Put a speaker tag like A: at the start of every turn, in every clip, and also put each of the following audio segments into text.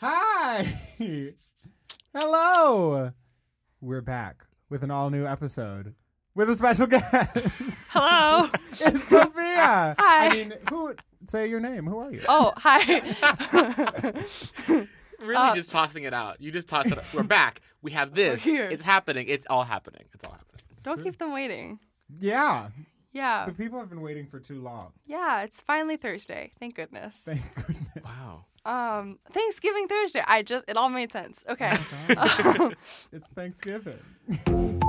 A: Hi. Hello. We're back with an all new episode with a special guest.
B: Hello.
A: it's Sophia. I
B: Hi.
A: mean, who? Say your name. Who are you?
B: Oh, hi.
C: Really, just tossing it out. You just toss it. out. We're back. We have this.
B: here.
C: It's happening. It's all happening. It's all happening.
B: Don't keep them waiting.
A: Yeah.
B: Yeah.
A: The people have been waiting for too long.
B: Yeah, it's finally Thursday. Thank goodness.
A: Thank goodness.
C: Wow.
B: Um, Thanksgiving Thursday. I just it all made sense. Okay.
A: It's Thanksgiving.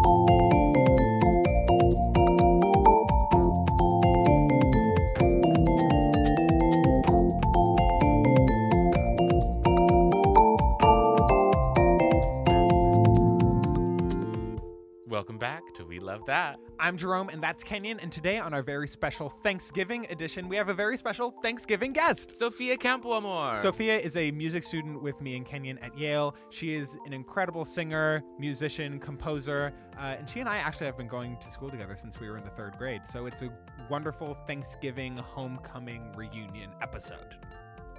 C: Welcome back to We Love That.
A: I'm Jerome, and that's Kenyon. And today, on our very special Thanksgiving edition, we have a very special Thanksgiving guest.
C: Sophia Campo Amor.
A: Sophia is a music student with me and Kenyon at Yale. She is an incredible singer, musician, composer, uh, and she and I actually have been going to school together since we were in the third grade. So it's a wonderful Thanksgiving homecoming reunion episode.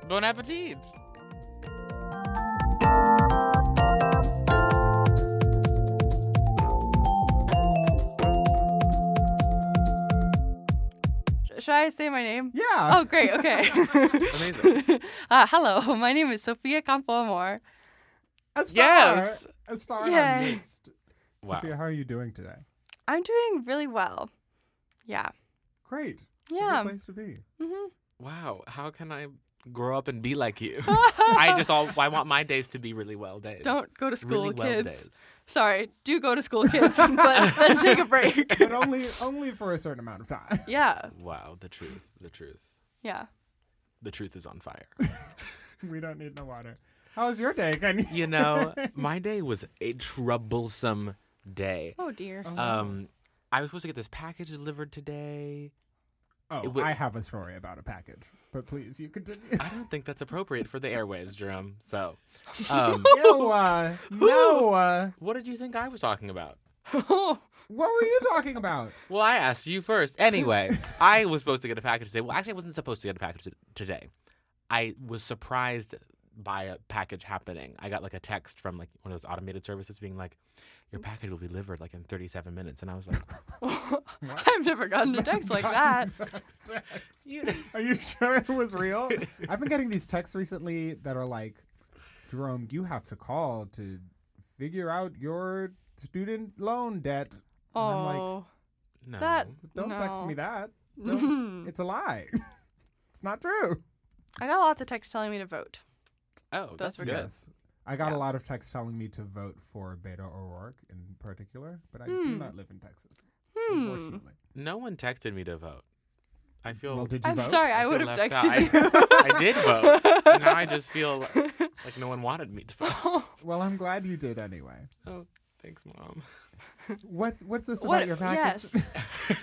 C: Bon appetit.
B: Should I say my name?
A: Yeah.
B: Oh, great. Okay.
C: Amazing.
B: Uh, hello. My name is Sofia Campoamor.
A: a
C: star. yes.
A: A star
B: on Yay.
C: Wow.
A: Sophia, how are you doing today?
B: I'm doing really well. Yeah.
A: Great.
B: Yeah.
A: Good place to be.
B: hmm
C: Wow. How can I grow up and be like you? I just all. I want my days to be really well days.
B: Don't go to school,
C: really well
B: kids.
C: days.
B: Sorry. Do go to school, kids, but then take a break.
A: But only only for a certain amount of time.
B: Yeah.
C: Wow. The truth. The truth.
B: Yeah.
C: The truth is on fire.
A: we don't need no water. How was your day, Kenyon?
C: you know, my day was a troublesome day.
B: Oh dear.
A: uh,
C: Um, I was supposed to get this package delivered today.
A: Oh,
C: wa-
A: I have a story about a package, but please, you continue.
C: I don't think that's appropriate for the airwaves, Jerome. So, um,
A: Ew, uh, no. Uh,
C: what did you think I was talking about?
B: Oh.
A: what were you talking about?
C: Well, I asked you first. Anyway, I was supposed to get a package today. Well, actually, I wasn't supposed to get a package t- today. I was surprised by a package happening. I got like a text from like one of those automated services being like, "Your package will be delivered like in 37 minutes," and I was like,
B: I've never gotten a text like that.
A: Are you sure it was real? I've been getting these texts recently that are like, Jerome, you have to call to figure out your student loan debt. And I'm like,
B: Oh,
C: "No."
B: that.
A: don't text
B: no.
A: me that. Don't- it's a lie. it's not true.
B: I got lots of texts telling me to vote.
C: Oh, that's
B: Those were
C: good.
B: good.
A: Yes. I got a lot of texts telling me to vote for Beto O'Rourke in particular, but I do not live in Texas, unfortunately.
C: No one texted me to vote. I feel
A: Well, did you
B: I'm
A: vote?
B: sorry, I
C: feel
B: would have
C: left
B: texted you.
C: out. I, I did vote. And now I just feel like, like no one wanted me to vote.
A: Well, I'm glad you did anyway.
C: Oh, thanks, mom.
A: What's what's this
B: What?
A: about your package?
B: Yes.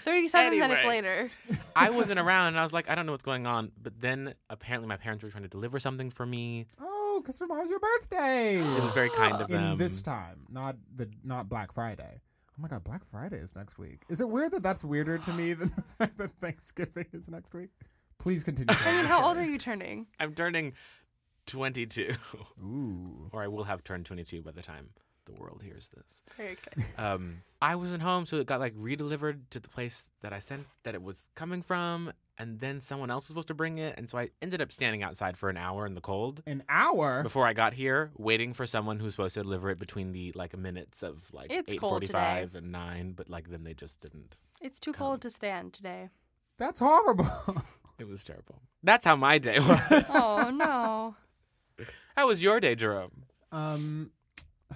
B: 37 minutes
C: Anyway.
B: later.
C: I wasn't around, and I was like, I don't know what's going on. But then apparently, my parents were trying to deliver something for me.
A: Oh, because tomorrow's your birthday.
C: It was very kind of
A: in
C: them.
A: this time, not the not Black Friday. Oh my God, Black Friday is next week. Is it weird that that's weirder to me than the fact that Thanksgiving is next week? Please continue.
B: I mean, how old are you turning?
C: I'm turning 22,
A: Ooh.
C: or I will have turned 22 by the time the world hears this.
B: Very excited.
C: Um, I wasn't home, so it got like re-delivered to the place that I sent that it was coming from, and then someone else was supposed to bring it, and so I ended up standing outside for an hour in the cold.
A: An hour.
C: before I got here, waiting for someone who's supposed to deliver it between the like minutes of like
B: It's
C: eight
B: cold today.
C: forty-five and nine, but like then they just didn't.
B: It's too cold to stand today.
A: That's horrible.
C: It was terrible. That's how my day was.
B: Oh, no.
C: how was your day, Jerome?
A: um,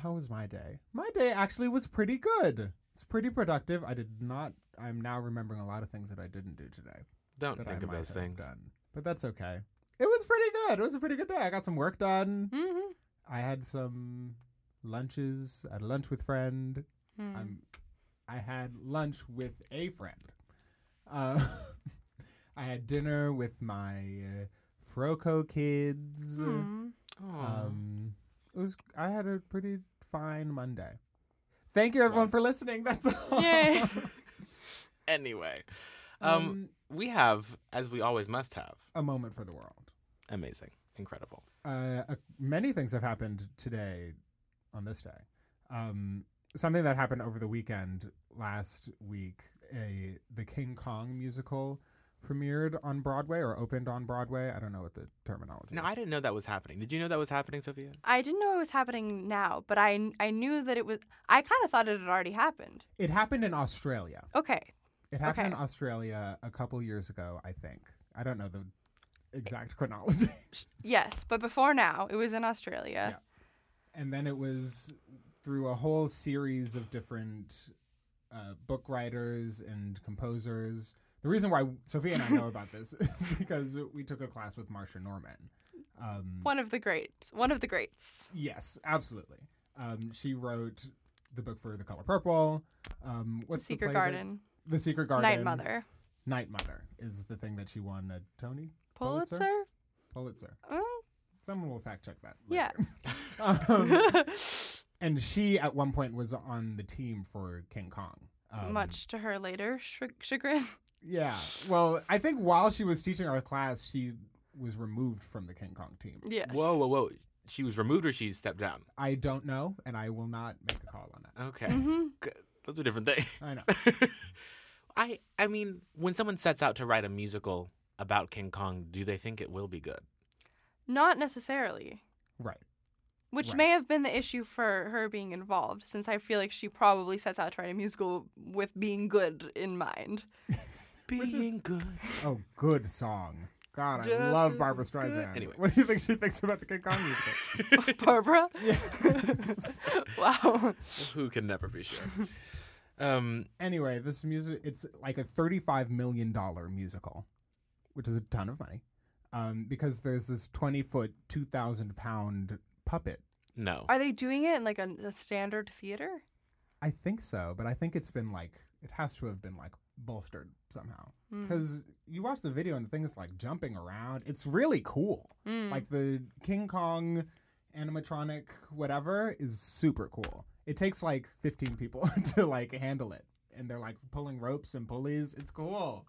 A: how was my day? My day actually was pretty good. It's pretty productive. I did not. I'm now remembering a lot of things that I didn't do today.
C: Don't
A: that
C: think
A: I
C: of
A: might
C: those
A: have
C: things.
A: done. But that's okay. It was pretty good. It was a pretty good day. I got some work done.
B: Mhm.
A: I had some lunches. I had lunch with friend.
B: Hmm.
A: I'm, I had lunch with a friend. Uh, I had dinner with my uh, Froco kids.
B: Hmm.
C: Aw.
A: Um, it was. I had a pretty fine Monday. Thank you everyone for listening. That's all.
B: Yay.
C: anyway, um,
A: Um,
C: we have, as we always must have,
A: a moment for the world.
C: amazing, incredible.
A: uh, a, many things have happened today on this day. Um, something that happened over the weekend last week, a the King Kong musical premiered on Broadway or opened on Broadway. I don't know what the terminology
C: No,
A: is.
C: I didn't know that was happening. Did you know that was happening, Sophia?
B: I didn't know it was happening now, but I I knew that it was. I kind of thought it had already happened.
A: It happened in Australia.
B: Okay,
A: It happened in
B: Okay.
A: Australia a couple years ago, I think. I don't know the exact chronology.
B: yes, but before now, it was in Australia.
A: and then it was through a whole series of different uh, book writers and composers. The reason why Sophia and I know about this is because we took a class with Marsha Norman. Um,
B: One of the greats. One of the greats.
A: yes, absolutely. Um, she wrote the book for The Color Purple. Um, what's the
B: Secret
A: play that-
B: Garden.
A: the Secret Garden.
B: Night Mother.
A: Night Mother is the thing that she won a Tony
B: Pulitzer.
A: Pulitzer.
B: Mm,
A: Someone will fact check that.
B: yeah.
A: later. Um,
B: Hmm.
A: and she at one point was on the team for King Kong. Um,
B: Much to her later sh- chagrin.
A: Yeah. Well, I think while she was teaching our class, she was removed from the King Kong team.
B: Yes.
C: Whoa, whoa, whoa. She was removed or she stepped down?
A: I don't know, and I will not make a call on that.
C: Okay.
B: hmm
C: G- Those are different things.
A: I know.
C: I I mean, when someone sets out to write a musical about King Kong, do they think it will be good?
B: Not necessarily.
A: Right.
B: Which
A: Right.
B: may have been the issue for her being involved, since I feel like she probably sets out to write a musical with being good in mind.
A: is-
C: Being good.
A: Oh, good song. God, I
B: Just
A: love
B: as
A: Barbara
B: good.
A: Streisand.
C: Anyway.
A: What do you think she thinks about the King Kong musical?
B: Barbara?
A: Yes.
B: wow.
C: Who can never be sure? Um,
A: anyway, this music it's like a thirty-five million dollar musical, which is a ton of money, um, because there's this twenty-foot, two thousand-pound puppet.
C: no.
B: Are they doing it in like a, a standard theater?
A: I think so, but I think it's been like it has to have been like bolstered somehow
B: Mm.
A: because you watch the video and the thing is like jumping around. It's really cool.
B: Mm.
A: Like the King Kong animatronic whatever is super cool. It takes like 15 people to like handle it and they're like pulling ropes and pulleys. It's cool.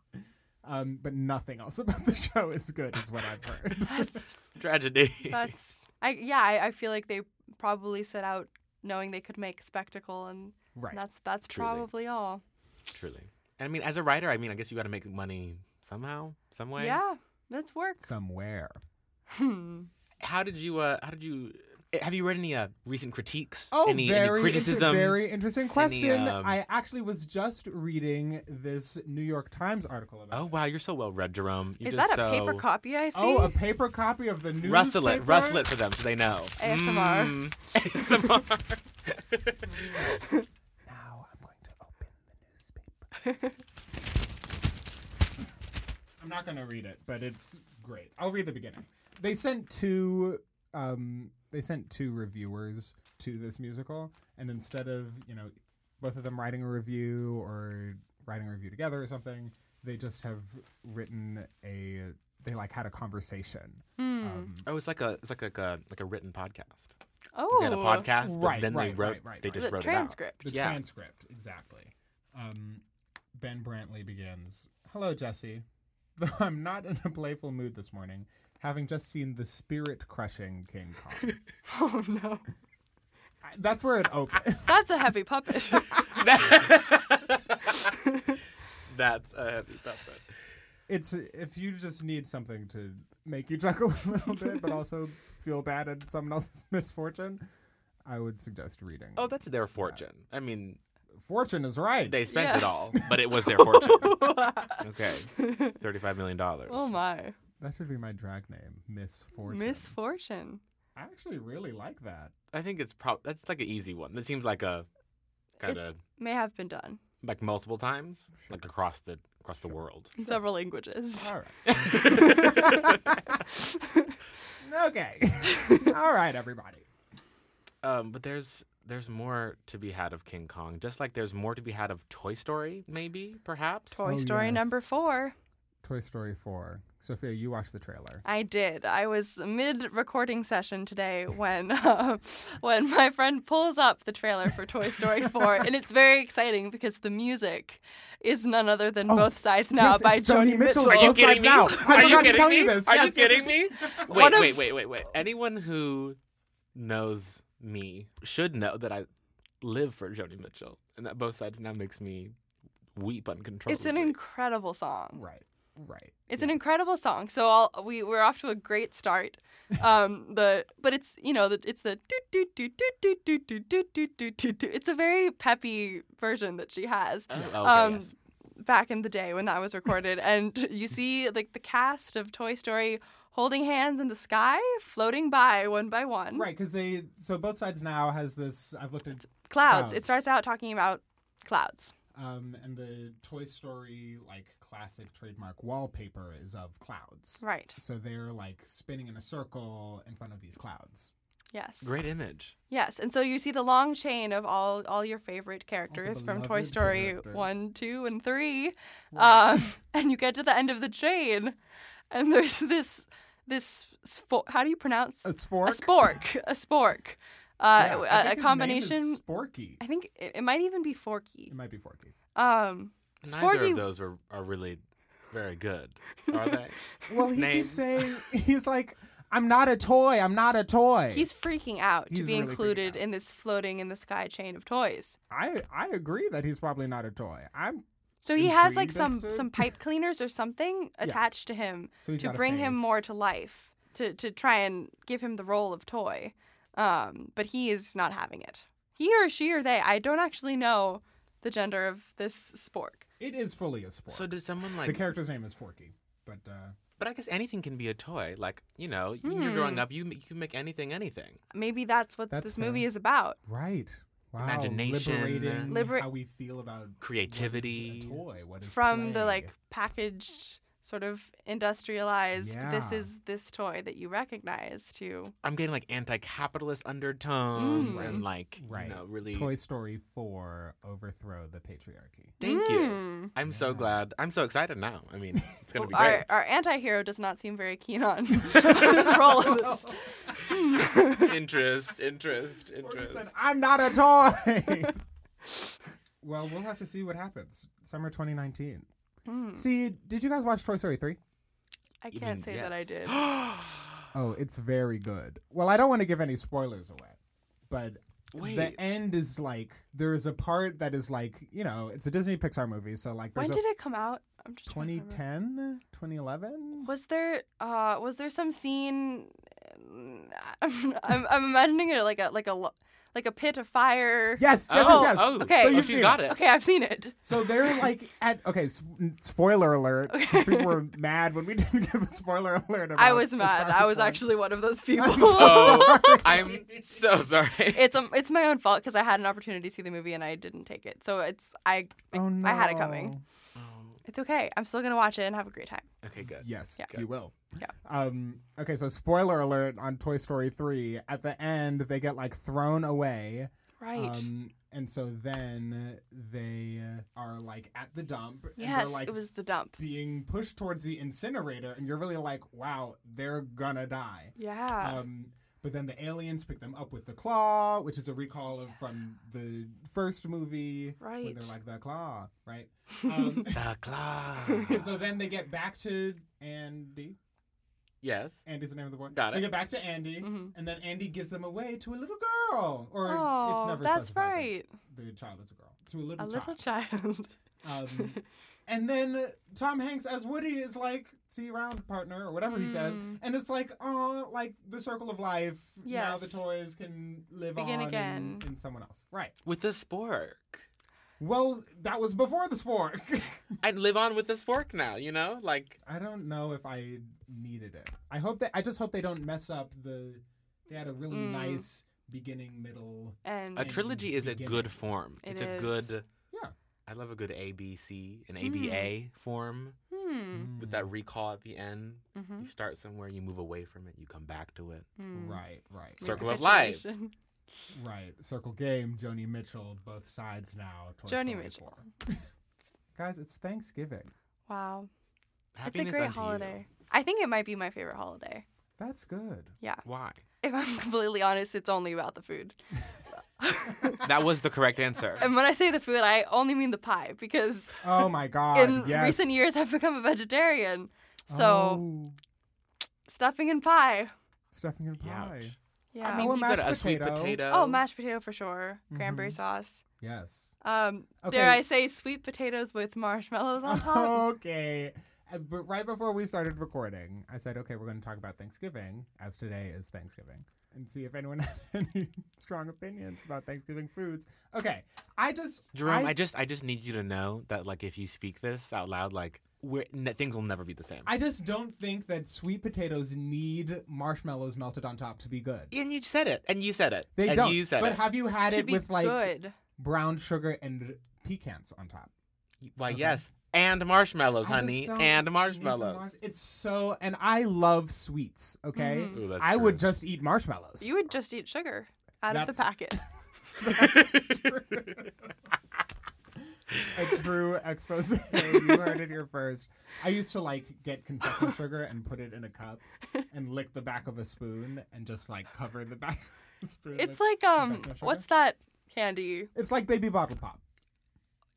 A: Um, but nothing else about the show is good is what I've heard.
B: that's
C: Tragedy.
B: that's I yeah, I, I feel like they probably set out knowing they could make spectacle and
A: right.
B: that's that's
C: Truly.
B: probably all.
C: Truly. And I mean, as a writer, I mean, I guess you got to make money somehow, some way.
B: Yeah. That's work.
A: Somewhere.
B: Hmm.
C: How did you? Uh, how did you? eh, Have you read any uh, recent critiques?
A: Oh,
C: any,
A: very,
C: any
A: inter-
C: criticisms?
A: very interesting question.
C: um,
A: I actually was just reading this New York Times article about.
C: Oh
A: it.
C: wow, you're so well read, Jerome. You're
B: Is that
C: just
B: a paper
C: so-
B: copy I see?
A: Oh, a paper copy of the news.
C: Rustle it, rustle it for them so they know.
B: ASMR.
C: Mm, ASMR.
A: Now I'm going to open the newspaper. I'm not going to read it, but it's great. I'll read the beginning. They sent two. Um, they sent two reviewers to this musical, and instead of you know, both of them writing a review or writing a review together or something, they just have written a. They like had a conversation.
B: Hmm.
A: Um,
C: oh, it's like a, it's like a, like a, like a written podcast.
B: oh.
C: They had a podcast, but
A: Right,
C: then they
A: right,
C: wrote,
A: right, right,
C: they
A: right.
C: just
B: the
C: wrote
B: transcript.
A: The
C: Yeah.
A: transcript, exactly. Um, ben Brantley begins Hello, Jesse. Though I'm not in a playful mood this morning, having just seen the spirit crushing King Kong.
B: Oh no.
A: I- That's where it opens.
B: That's a heavy puppet.
C: it out. That's a heavy puppet.
A: It's if you just need something to make you chuckle a little bit, but also feel bad at someone else's misfortune, I would suggest reading.
C: Oh, that's their fortune. I mean,
A: Fortune is right.
C: they spent
B: Yes.
C: it all, but it was their fortune. okay, thirty-five million dollars.
B: oh my.
A: that should be my drag name, Misfortune.
B: Misfortune.
A: I actually really like that.
C: I think it's probably that's like an easy one. That seems like a kind
B: It's-
C: of
B: May have been done
C: like multiple times,
A: Sure.
C: like across the across the world.
B: in several languages.
A: All right. Okay. All right, everybody.
C: Um, but there's there's more to be had of King Kong, just like there's more to be had of Toy Story, maybe, perhaps.
B: Toy
A: Oh,
B: Story number
A: yes.
B: four.
A: Toy Story 4. Sophia, you watched the trailer.
B: I did. I was mid recording session today when uh, when my friend pulls up the trailer for Toy Story 4, and it's very exciting because the music is none other than Both Sides Now
A: Oh, yes,
B: by
A: it's Joni
B: Joni
A: Mitchell.
B: Mitchell.
C: Are
A: Both
C: you
A: sides
C: kidding me?
A: now. I
C: Are you
A: forgot to
C: kidding
A: tell you
C: me?
A: this.
C: Are you
A: Yes, yes,
C: kidding me? Wait,
B: One of-
C: wait, wait, wait, wait. Anyone who knows me should know that I live for Joni Mitchell, and that both sides now makes me weep uncontrollably.
B: It's an incredible song.
A: Right, right.
B: It's an
A: yes.
B: incredible song. So I'll, we we're off to a great start. Um, the but it's you know the, it's the do do do do do do do do do do do do. It's a very peppy version that she has.
C: Oh, okay,
B: um,
C: yes.
B: Back in the day when that was recorded, and you see like the cast of Toy Story holding hands in the sky, floating by one by one.
A: Right, because they. So both sides now has this. I've looked at.
B: Clouds. It
A: Clouds.
B: starts out talking about clouds.
A: Um, and the Toy Story, like, classic trademark wallpaper is of clouds.
B: Right.
A: So they're, like, spinning in a circle in front of these clouds.
B: Yes.
C: great image.
B: Yes, and so you see the long chain of all all your favorite characters from Toy
A: beloved
B: Story
A: characters.
B: one, two, and three, um, and you get to the end of the chain, and there's this this spo- how do you pronounce
A: A spork?
B: a spork a spork,
A: Yeah,
B: uh,
A: I
B: a, a
A: think his name is
B: combination.
A: Sporky.
B: I think it, it might even be Forky.
A: It might be Forky.
B: Um,
C: Neither
B: Sporky-
C: of those are, are really very good, are they?
A: Well, he
C: Names.
A: keeps saying he's like, "I'm not a toy. I'm not a toy."
B: he's freaking out to
A: He's
B: be
A: really freaking
B: included
A: out.
B: in this floating in the sky chain of toys.
A: I I agree that he's probably not a toy. I'm
B: So he has like some
A: Intrigued as to-
B: some pipe cleaners or something attached to him
A: So he's
B: to
A: got a
B: bring him
A: face.
B: more to life, to to try and give him the role of toy. Um, but he is not having it. He or she or they, I don't actually know the gender of this spork.
A: it is fully a sport.
C: So did someone
A: the
C: like?
A: character's name is Forky, but uh,
C: but I guess anything can be a toy. Like you know, when
B: Hmm.
C: you're growing up, you ma- you can make anything anything.
B: Maybe that's what
A: That's
B: this movie
A: fair.
B: is about.
A: right. Wow,
C: Imagination.
A: liberating
B: Libera-
A: how we feel about
C: Creativity.
A: What is a toy, what is
B: From
A: play.
B: the like packaged sort of industrialized this
A: Yeah.
B: is this toy that you recognize to
C: I'm getting like anti-capitalist undertones
B: Mm.
C: and like
A: Right.
C: you know really.
A: Toy Story Four overthrow the patriarchy.
C: Thank you.
B: Mm.
C: I'm so
A: Yeah.
C: glad. I'm so excited now. I mean, it's gonna be great.
B: Our, our anti-hero does not seem very keen on his role in this.
C: interest, interest,
A: Forky
C: interest.
A: said, I'm not a toy. well, we'll have to see what happens. Summer 2019.
B: Mm.
A: See, did you guys watch Toy Story 3?
B: I
C: You
B: can't
C: mean
B: say that I
C: yes.
B: did.
A: Oh, it's very good. Well, I don't want to give any spoilers away, but
C: Wait.
A: the end is like there is a part that is like you know it's a Disney Pixar movie, so like there's
B: When
A: a
B: did it come out? I'm just trying to remember.
A: 2010, 2011.
B: Was there uh was there some scene? um, I'm I'm imagining it like a like a lo- like a pit of fire.
A: Yes, yes,
C: oh,
A: yes, yes.
C: oh,
B: Okay.
C: So
B: So
C: you
A: you've
C: she's
A: seen
C: got
A: it.
C: it.
B: Okay, I've seen it.
A: So they're like at okay. s- Spoiler alert! 'cause People were mad when we didn't give a spoiler alert. About
B: I was
A: the
B: mad.
A: Star
B: I was
A: Wars.
B: actually one of those people.
C: Oh, I'm so sorry.
B: it's um it's my own fault because I had an opportunity to see the movie and I didn't take it. So it's I
A: Oh no!
B: I had it coming.
C: Oh,
B: It's okay. I'm still gonna watch it and have a great time.
C: okay, good.
A: Yes,
B: Yeah.
A: you will.
B: Yeah.
A: Um, okay, so spoiler alert on Toy Story 3. At the end, they get like thrown away.
B: Right.
A: Um, and so then they are like at the dump. And
B: yes,
A: they're like
B: it was the dump.
A: being pushed towards the incinerator. And you're really like, wow, they're gonna die.
B: Yeah.
A: Um, but then the aliens pick them up with the claw, which is a recall of, from the first movie. Where
B: Right.
A: they're like, the claw, right? Um,
C: The claw.
A: and so then they get back to Andy.
C: yes.
A: Andy's the name of the boy.
C: Got it. Mm-hmm.
A: They get back to Andy,
B: Mhm.
A: and then Andy gives them away to a little girl, or it's
B: oh,
A: never
B: that's
A: specified that
B: right.
A: The child is a girl to a little
B: A
A: child.
B: little child.
A: um, and then Tom Hanks as Woody is like, "See you around, partner," or whatever he says,
B: Mm.
A: and it's like, oh, like the circle of life. Now the
B: Yes.
A: toys can live
B: Begin
A: on
B: again.
A: In, in someone else, right?
C: With the spork.
A: Well, that was before the spork.
C: I live on with the spork now, you know? Like,
A: I don't know if I needed it. I hope that I just hope they don't mess up the. They had a really
B: Mm.
A: nice beginning, middle.
B: and
C: a trilogy is a
A: Beginning.
C: good form.
B: It
C: it's a
B: is.
C: good.
A: Yeah.
C: I love a good ABC, an
B: Mm.
C: ABA form
B: hmm.
C: with
A: Mm-hmm.
C: that recall at the end.
B: Mm-hmm.
C: You start somewhere, you move away from it, you come back to it.
B: Mm. hmm.
A: Right, right,
C: Circle of life.
A: right. Circle game. Joni Mitchell. Both sides now. Toy
B: Joni
A: Story
B: Mitchell.
A: 4. Guys, it's Thanksgiving.
B: Wow. It's a
C: Happiness
B: great
C: unto you.
B: holiday. I think it might be my favorite holiday.
A: That's good.
B: Yeah.
C: Why?
B: If I'm completely honest, it's only about the food.
C: That was the correct answer.
B: And when I say the food, I only mean the pie because
A: Oh my god.
B: in
A: yes.
B: recent years I've become a vegetarian. So
A: Oh,
B: stuffing and pie.
A: stuffing and pie.
C: Ouch.
B: Yeah.
A: mean- Oh,
C: you
A: mashed
C: got a sweet
A: potato.
C: potato.
B: oh, mashed potato for sure. Cranberry sauce.
A: Yes.
B: Um, Dare
A: Mm-hmm. Okay.
B: I say sweet potatoes with marshmallows on top?
A: okay. Uh, But right before we started recording, I said, okay, we're going to talk about Thanksgiving, as today is Thanksgiving, and see if anyone has any strong opinions about Thanksgiving foods. Okay. I just.
C: Jerome, I, just I just need you to know that like if you speak this out loud, like we're, n- things will never be the same.
A: I just don't think that sweet potatoes need marshmallows melted on top to be good.
C: and you said it, and you said it,
A: They
C: and
A: don't.
C: you said
A: but
C: it.
A: have you had
B: to
A: it
B: be
A: with like
B: good.
A: brown sugar and pecans on top?
C: Why yes, and marshmallows,
A: I just
C: honey,
A: don't
C: and
A: need the
C: marshmallows.
A: marsh- it's so, and I love sweets. Okay,
B: Mhm.
C: Ooh, that's
A: I would
C: true.
A: just eat marshmallows.
B: You would just eat sugar out of the
A: That's-
B: packet.
A: a true expose. you heard it here first. I used to like get confection sugar and put it in a cup and lick the back of a spoon and just like cover the back of the spoon.
B: It's like um,
A: confectioner sugar?
B: what's that candy?
A: it's like baby bottle pop.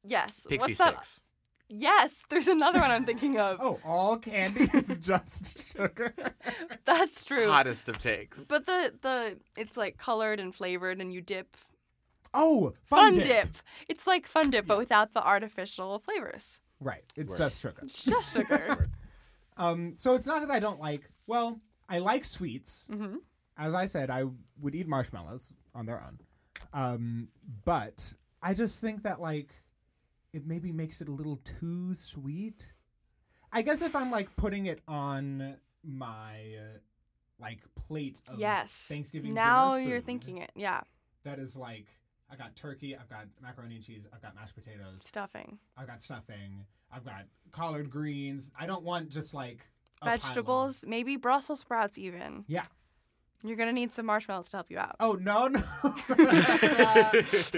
B: Yes.
C: Pixie
B: what's that?
C: sticks.
B: Yes, there's another one I'm thinking of.
A: Oh, all candy is just sugar.
B: That's true.
C: Hottest of takes.
B: But the the it's like colored and flavored, and you dip
A: Oh,
B: fun
A: fun,
B: dip. It's like fun dip, but without the artificial flavors.
A: Right, it's
C: Word.
A: just sugar.
B: It's just sugar.
A: Um, so it's not that I don't like. Well, I like sweets.
B: Mhm.
A: As I said, I would eat marshmallows on their own, um, but I just think that like it maybe makes it a little too sweet. I guess if I'm like putting it on my uh, like plate of
B: yes.
A: Thanksgiving
B: Now
A: dinner
B: you're
A: food
B: thinking it. Yeah.
A: that is like I got turkey, I've got macaroni and cheese, I've got mashed potatoes,
B: Stuffing.
A: I've got stuffing, I've got collard greens. I don't want just like a pile of-
B: Vegetables. Maybe Brussels sprouts. Even.
A: Yeah.
B: You're gonna need some marshmallows to help you out.
A: Oh no, no,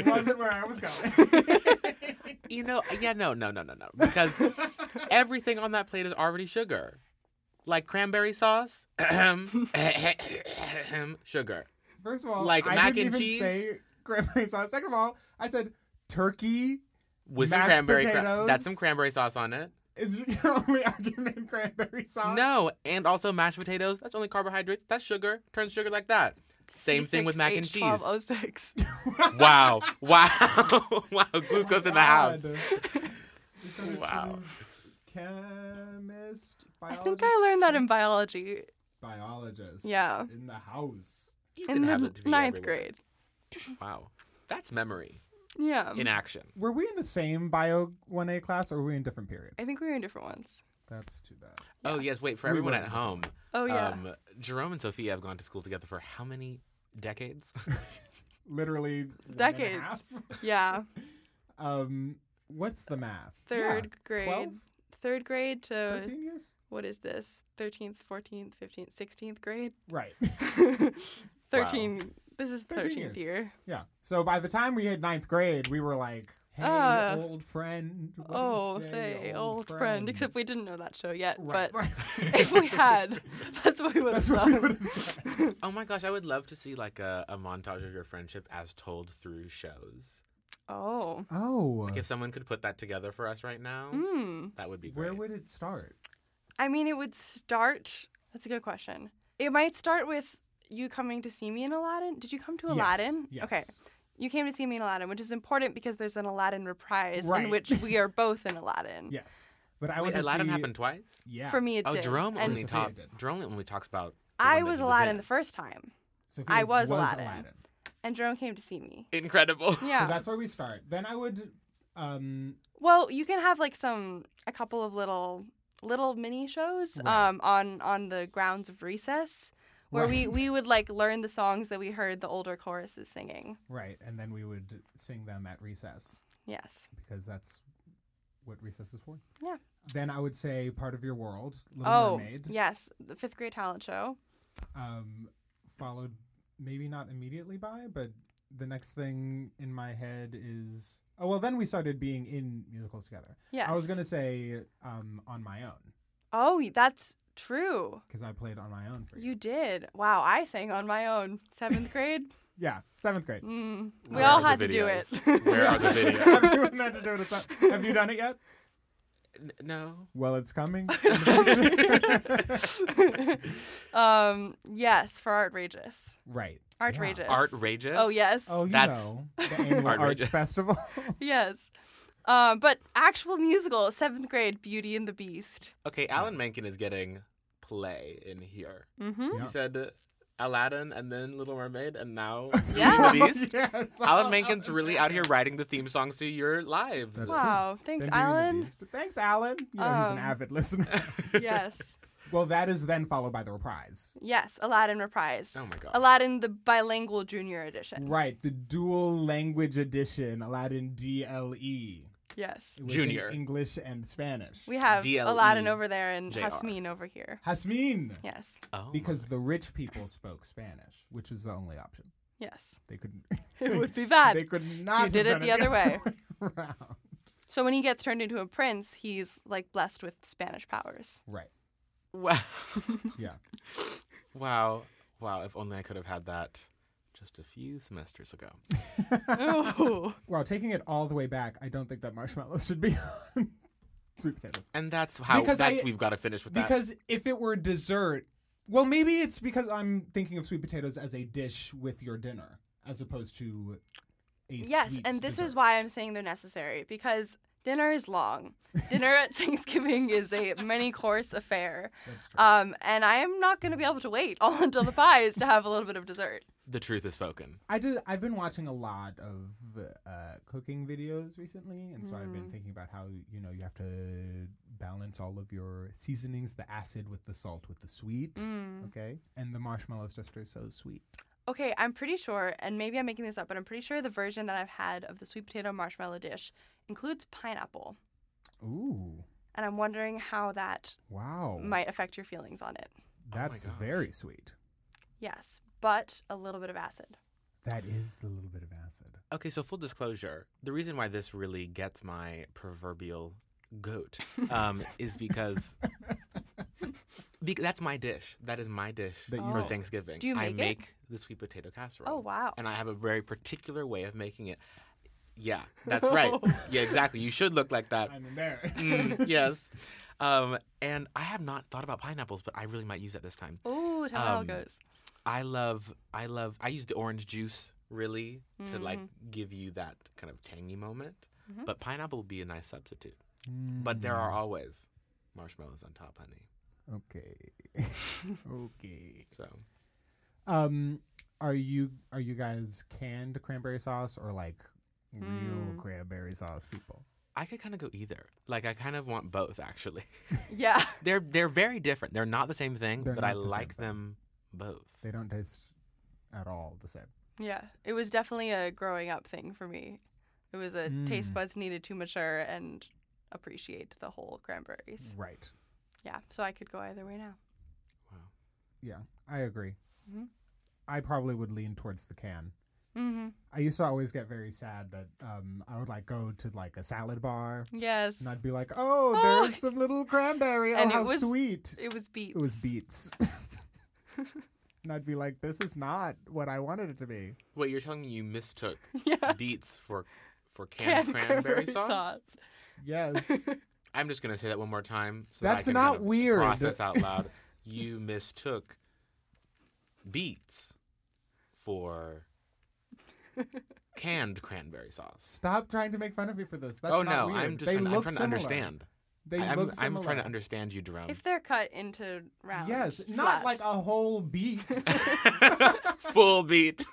A: wasn't where I was going.
C: You know, yeah, no, no, no, no, no. Because everything on that plate is already sugar. Like cranberry sauce, sugar.
A: First of all,
C: Like
A: I
C: mac
A: didn't even
C: and cheese?
A: say cranberry sauce. Second of all, I said turkey.
C: With some
A: Mashed
C: cranberry
A: potatoes.
C: that's some cranberry sauce on it.
A: Is your only argument cranberry sauce?
C: No, and also mashed potatoes. That's only carbohydrates. That's sugar. Turns sugar like that. Same thing with mac and cheese.
B: H1206.
C: Wow. Wow. wow. Glucose in the house.
A: Oh God. We've got a
C: Wow.
A: true Chemist,
B: I
A: biologist,
B: think I learned that in biology.
A: biologist.
B: Yeah.
A: in the house.
C: You
B: in
C: can have
B: the
C: it to be
B: ninth
C: everywhere.
B: grade.
C: Wow. That's memory
B: Yeah.
A: Um,
C: in action.
A: Were we in the same bio 1A class or were we in different periods?
B: I think we were in different ones.
A: That's too bad.
C: Oh, yes. Wait, for
A: We
C: everyone
A: were
C: at
A: in
C: home.
B: Oh yeah.
C: Um, Jerome and Sophia have gone to school together for how many decades?
A: Literally one and a
B: Decades.
A: half.
B: yeah.
A: Um, what's the math?
B: Third
A: Yeah,
B: grade. Uh,
A: 12?
B: Third grade to
A: 13 years?
B: what is this? 13th, 14th, 15th, 16th grade?
A: Right.
B: 13. This is
A: 13
B: 13th
A: years.
B: year.
A: Yeah. So by the time we hit ninth grade, we were like, hey,
B: Uh,
A: old friend. what do you
B: Oh, say, old friend. Except we didn't know that show yet,
A: Right,
B: but
A: right.
B: if we had, that's what we would have
A: That's what we would
B: done.
A: have said.
C: oh my gosh, I would love to see like a, a montage of your friendship as told through shows.
B: Oh.
A: Oh.
C: Like if someone could put that together for us right now,
B: Hmm.
C: that would be great.
A: Where would it start?
B: I mean, it would start. That's a good question. It might start with you coming to see me in Aladdin. Did you come to Aladdin?
A: Yes.
B: Okay.
A: yes.
B: You came to see me in Aladdin, which is important because there's an Aladdin reprise
A: Right.
B: in which we are both in Aladdin.
A: Yes. But I
C: Wait,
A: went to
C: Aladdin
A: see-
C: happened twice?
A: Yeah.
B: For me, it
C: Oh,
B: did.
C: Jerome
B: And
C: only,
A: Sophia
C: talk,
A: did.
C: Jerome only talks about. the
B: I
C: one that
B: was
C: he
B: Aladdin
C: in.
B: the first time,
A: Sophia
B: I was Aladdin.
A: Aladdin.
B: and Jerome came to see me.
C: Incredible.
A: So
B: Yeah.
A: that's where we start. Then I would, um,
B: well, you can have like some a couple of little little mini shows
A: Right.
B: um, on on the grounds of recess where we
A: Right.
B: we would like learn the songs that we heard the older choruses singing.
A: right, and then we would sing them at recess.
B: Yes.
A: because that's what recess is for.
B: Yeah.
A: Then I would say part of your world, Little
B: oh,
A: Mermaid,
B: yes, the fifth grade talent show.
A: um, followed maybe not immediately by, but the next thing in my head is oh well. Then we started being in musicals together.
B: Yes.
A: I was gonna say um, on my own.
B: Oh, that's true.
A: because I played on my own for
B: You did. Wow, I sang on my own. Seventh grade.
A: Yeah, seventh grade.
B: Mm. We
C: Where
B: all
C: are the
B: had to do it.
C: videos? Where are the videos?
A: have you had to do it? at some- Have you done it yet?
C: N- no.
A: Well, it's coming.
B: um, yes, for Outrageous.
A: right.
B: Outrageous.
C: Outrageous.
B: Oh, yes.
A: Oh, you
C: That's-
A: know the annual
C: Outrageous.
A: arts festival.
B: Yes. Um, but actual musical, seventh grade, Beauty and the Beast.
C: Okay, Alan Menken is getting play in here.
B: Mm-hmm.
A: Yeah.
C: You said uh, Aladdin and then Little Mermaid and now
B: Yeah.
C: Beauty and the Beast.
A: yeah, it's all-
C: Alan Menken's really out here writing the theme songs to your lives.
A: That's true.
B: Wow. Thanks,
A: Then Beauty and the
B: Alan.
A: Beast. Thanks, Alan. You know, he's an
B: Um,
A: avid listener.
B: yes.
A: well, that is then followed by the reprise.
B: Yes, Aladdin reprised.
C: Oh my god.
B: Aladdin, the bilingual junior edition.
A: Right, the dual language edition, Aladdin DLE.
B: Yes.
A: It was
C: Junior.
A: In English and Spanish.
B: We have
C: DLE
B: Aladdin over there and
C: JR.
B: Hasmin over here.
A: Hasmin.
B: Yes.
C: oh
A: Because the rich people spoke Spanish, which was the only option.
B: Yes.
A: They couldn't.
B: It would be bad.
A: They could not.
B: did it
A: have done
B: the other way.
A: around.
B: So when he gets turned into a prince, he's like blessed with Spanish powers.
A: Right.
C: wow.
A: Yeah.
C: wow. Wow. If only I could have had that just a few semesters ago.
B: Ooh.
A: Well, taking it all the way back, I don't think that marshmallows should be on sweet potatoes.
C: And that's how
A: Because
C: that's
A: I-
C: we've got to finish with that.
A: Because if it were dessert, well, maybe it's because I'm thinking of sweet potatoes as a dish with your dinner, as opposed to a
B: Yes,
A: sweet
B: and this is
A: dessert.
B: why I'm saying they're necessary because dinner is long. Dinner at Thanksgiving is a many course affair.
A: That's true.
B: Um, and I am not going to be able to wait all until the pies to have a little bit of dessert.
C: The truth is spoken.
A: I just I've been watching a lot of uh, cooking videos recently, and so I've been thinking about how you know you have to balance all of your seasonings, the acid with the salt with the sweet,
B: Mm.
A: okay, and the marshmallows just are so sweet.
B: Okay, I'm pretty sure, and maybe I'm making this up, but I'm pretty sure the version that I've had of the sweet potato marshmallow dish includes pineapple.
A: Ooh,
B: And I'm wondering how that
A: wow,
B: might affect your feelings on it.
A: that's
C: Oh gosh.
A: very sweet.
B: Yes, but a little bit of acid.
A: That is a little bit of acid.
C: Okay, so full disclosure, the reason why this really gets my proverbial goat um, is because, because that's my dish. That is my dish
A: That you
C: for
B: make.
C: Thanksgiving.
B: Do you
C: I
B: make it?
C: make the sweet potato casserole.
B: Oh, wow.
C: And I have a very particular way of making it. Yeah, that's right. yeah, exactly. You should look like that.
A: I'm embarrassed.
C: Mm, yes. Um, and I have not thought about pineapples, but I really might use that this time.
B: Ooh, tell me how
C: Um,
B: it goes.
C: I love, I love, I use the orange juice really to
B: Mm.
C: like give you that kind of tangy moment. But pineapple would be a nice substitute. But there
A: Mm.
C: are always marshmallows on top, honey.
A: Okay. okay.
C: So
A: Um, are you are you guys canned cranberry sauce or like real
B: Hmm.
A: cranberry sauce people?
C: I could kind of go either. Like I kind of want both actually.
B: Yeah.
C: they're they're very different. They're not the same thing,
A: They're
C: but I
A: not the same
C: like
A: thing.
C: them both.
A: They don't taste at all the same.
B: Yeah, it was definitely a growing up thing for me. It was a taste
A: Mm.
B: buds needed to mature and appreciate the whole
C: Mm.
B: cranberries.
A: Right.
B: Yeah, so I could go either way now.
C: Wow.
A: Yeah, I agree.
B: Mhm.
A: I probably would lean towards the can.
B: Mm-hmm.
A: I used to always get very sad that um, I would like go to like a salad bar
B: Yes,
A: and I'd be like, "Oh,
B: Oh.
A: there's some little cranberry.
B: And
A: oh,
B: it
A: how
B: was-
A: sweet!"
B: it was beets.
A: It was beets. and I'd be like, "This is not what I wanted it to be."
C: Wait, you're telling me you mistook
B: Yeah,
C: beets for for canned, cranberry, sauce?
A: Yes.
C: I'm just gonna say that one more time. So
A: That's
C: that I can
A: not
C: kind of
A: weird.
C: Process out loud. you mistook beets for canned cranberry sauce.
A: Stop trying to make fun of me for this. That's
C: oh
A: not
C: no,
A: weird.
C: I'm just
A: they
C: trying, I'm
A: look
C: trying to
A: similar.
C: understand.
A: They
C: I'm,
A: look
C: I'm
A: similar.
C: trying to understand you, Jerome.
B: If they're cut into round.
A: Yes, not
B: flat.
A: like a whole beet.
C: Full beet.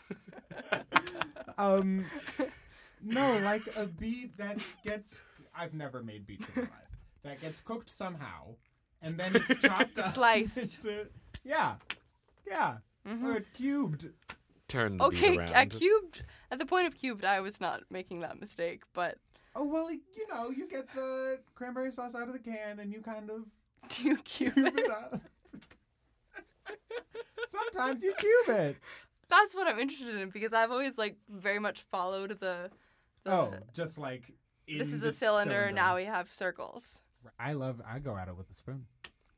A: um, no, like a beet that gets. I've never made beets in my life. That gets cooked somehow, and then it's chopped up.
B: Sliced. Mm-hmm.
A: into- yeah, yeah. Or it cubed.
C: Turn the
B: Okay,
C: beet around.
B: I cubed. At the point of cubed, I was not making that mistake, but
A: Oh well, you know, you get the cranberry sauce out of the can, and you kind of
B: do you cube
A: cube
B: it?
A: it up. Sometimes you cube it.
B: That's what I'm interested in because I've always like very much followed the. the
A: Oh, just like in
B: This is
A: the
B: a cylinder. Now we have circles.
A: I love. I go at it with a spoon.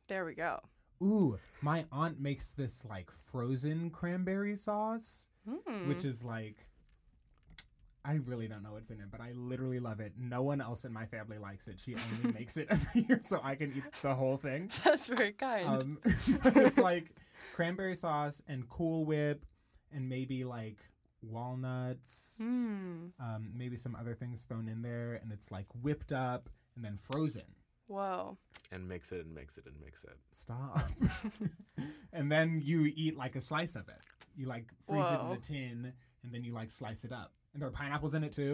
B: There we go.
A: Ooh, my aunt makes this like frozen cranberry sauce,
B: Hmm.
A: which is like, I really don't know what's in it, but I literally love it. No one else in my family likes it. She only makes it every year, so I can eat the whole thing.
B: That's very kind.
A: Um, it's like cranberry sauce and Cool Whip, and maybe like walnuts,
B: Hmm.
A: um, maybe some other things thrown in there, and it's like whipped up and then frozen.
B: Whoa.
C: and mix it and mix it and mix it.
A: stop. and then you eat like a slice of it. You like freeze it
B: Whoa.
A: in a tin and then you like slice it up. And there are pineapples in it too.